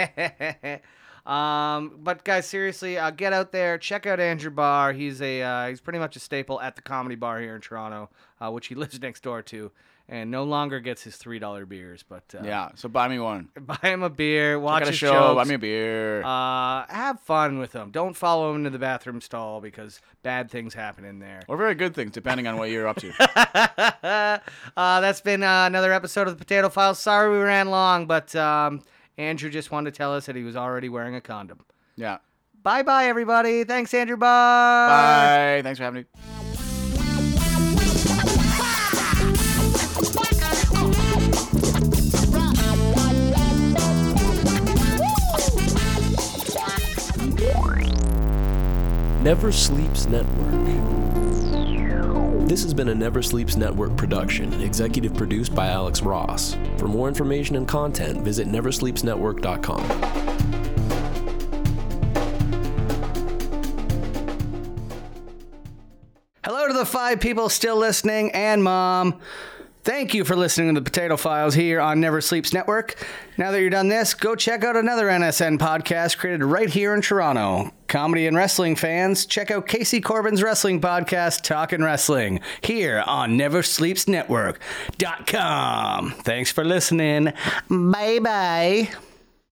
then.
*laughs* um, but guys, seriously, uh, get out there, check out Andrew Barr. *laughs* He's a uh, he's pretty much a staple at the comedy bar here in Toronto, uh, which he lives next door to, and no longer gets his three dollar beers. But uh,
Yeah. So buy me one.
*laughs* buy him a beer,
I
watch
got a
his
show.
jokes.
Buy me a beer.
uh, have fun with him. Don't follow him to the bathroom stall because bad things happen in there.
or very good things, depending on what
*laughs*
you're up to.
uh, that's been uh, another episode of the Potato Files. Sorry we ran long, but um, Andrew just wanted to tell us that he was already wearing a condom.
Yeah.
Bye bye, everybody. Thanks, Andrew.
Bye. Thanks for having me.
Never Sleeps Network. This has been a Never Sleeps Network production, executive produced by Alex Ross. For more information and content, visit neversleepsnetwork.com.
Hello to the five people still listening and mom. Thank you for listening to the Potato Files here on Never Sleeps Network. Now that you're done this, go check out another NSN podcast created right here in Toronto. Comedy and wrestling fans, check out Casey Corbin's wrestling podcast, Talkin' Wrestling, here on NeverSleepsNetwork.com. Thanks for listening. Bye bye.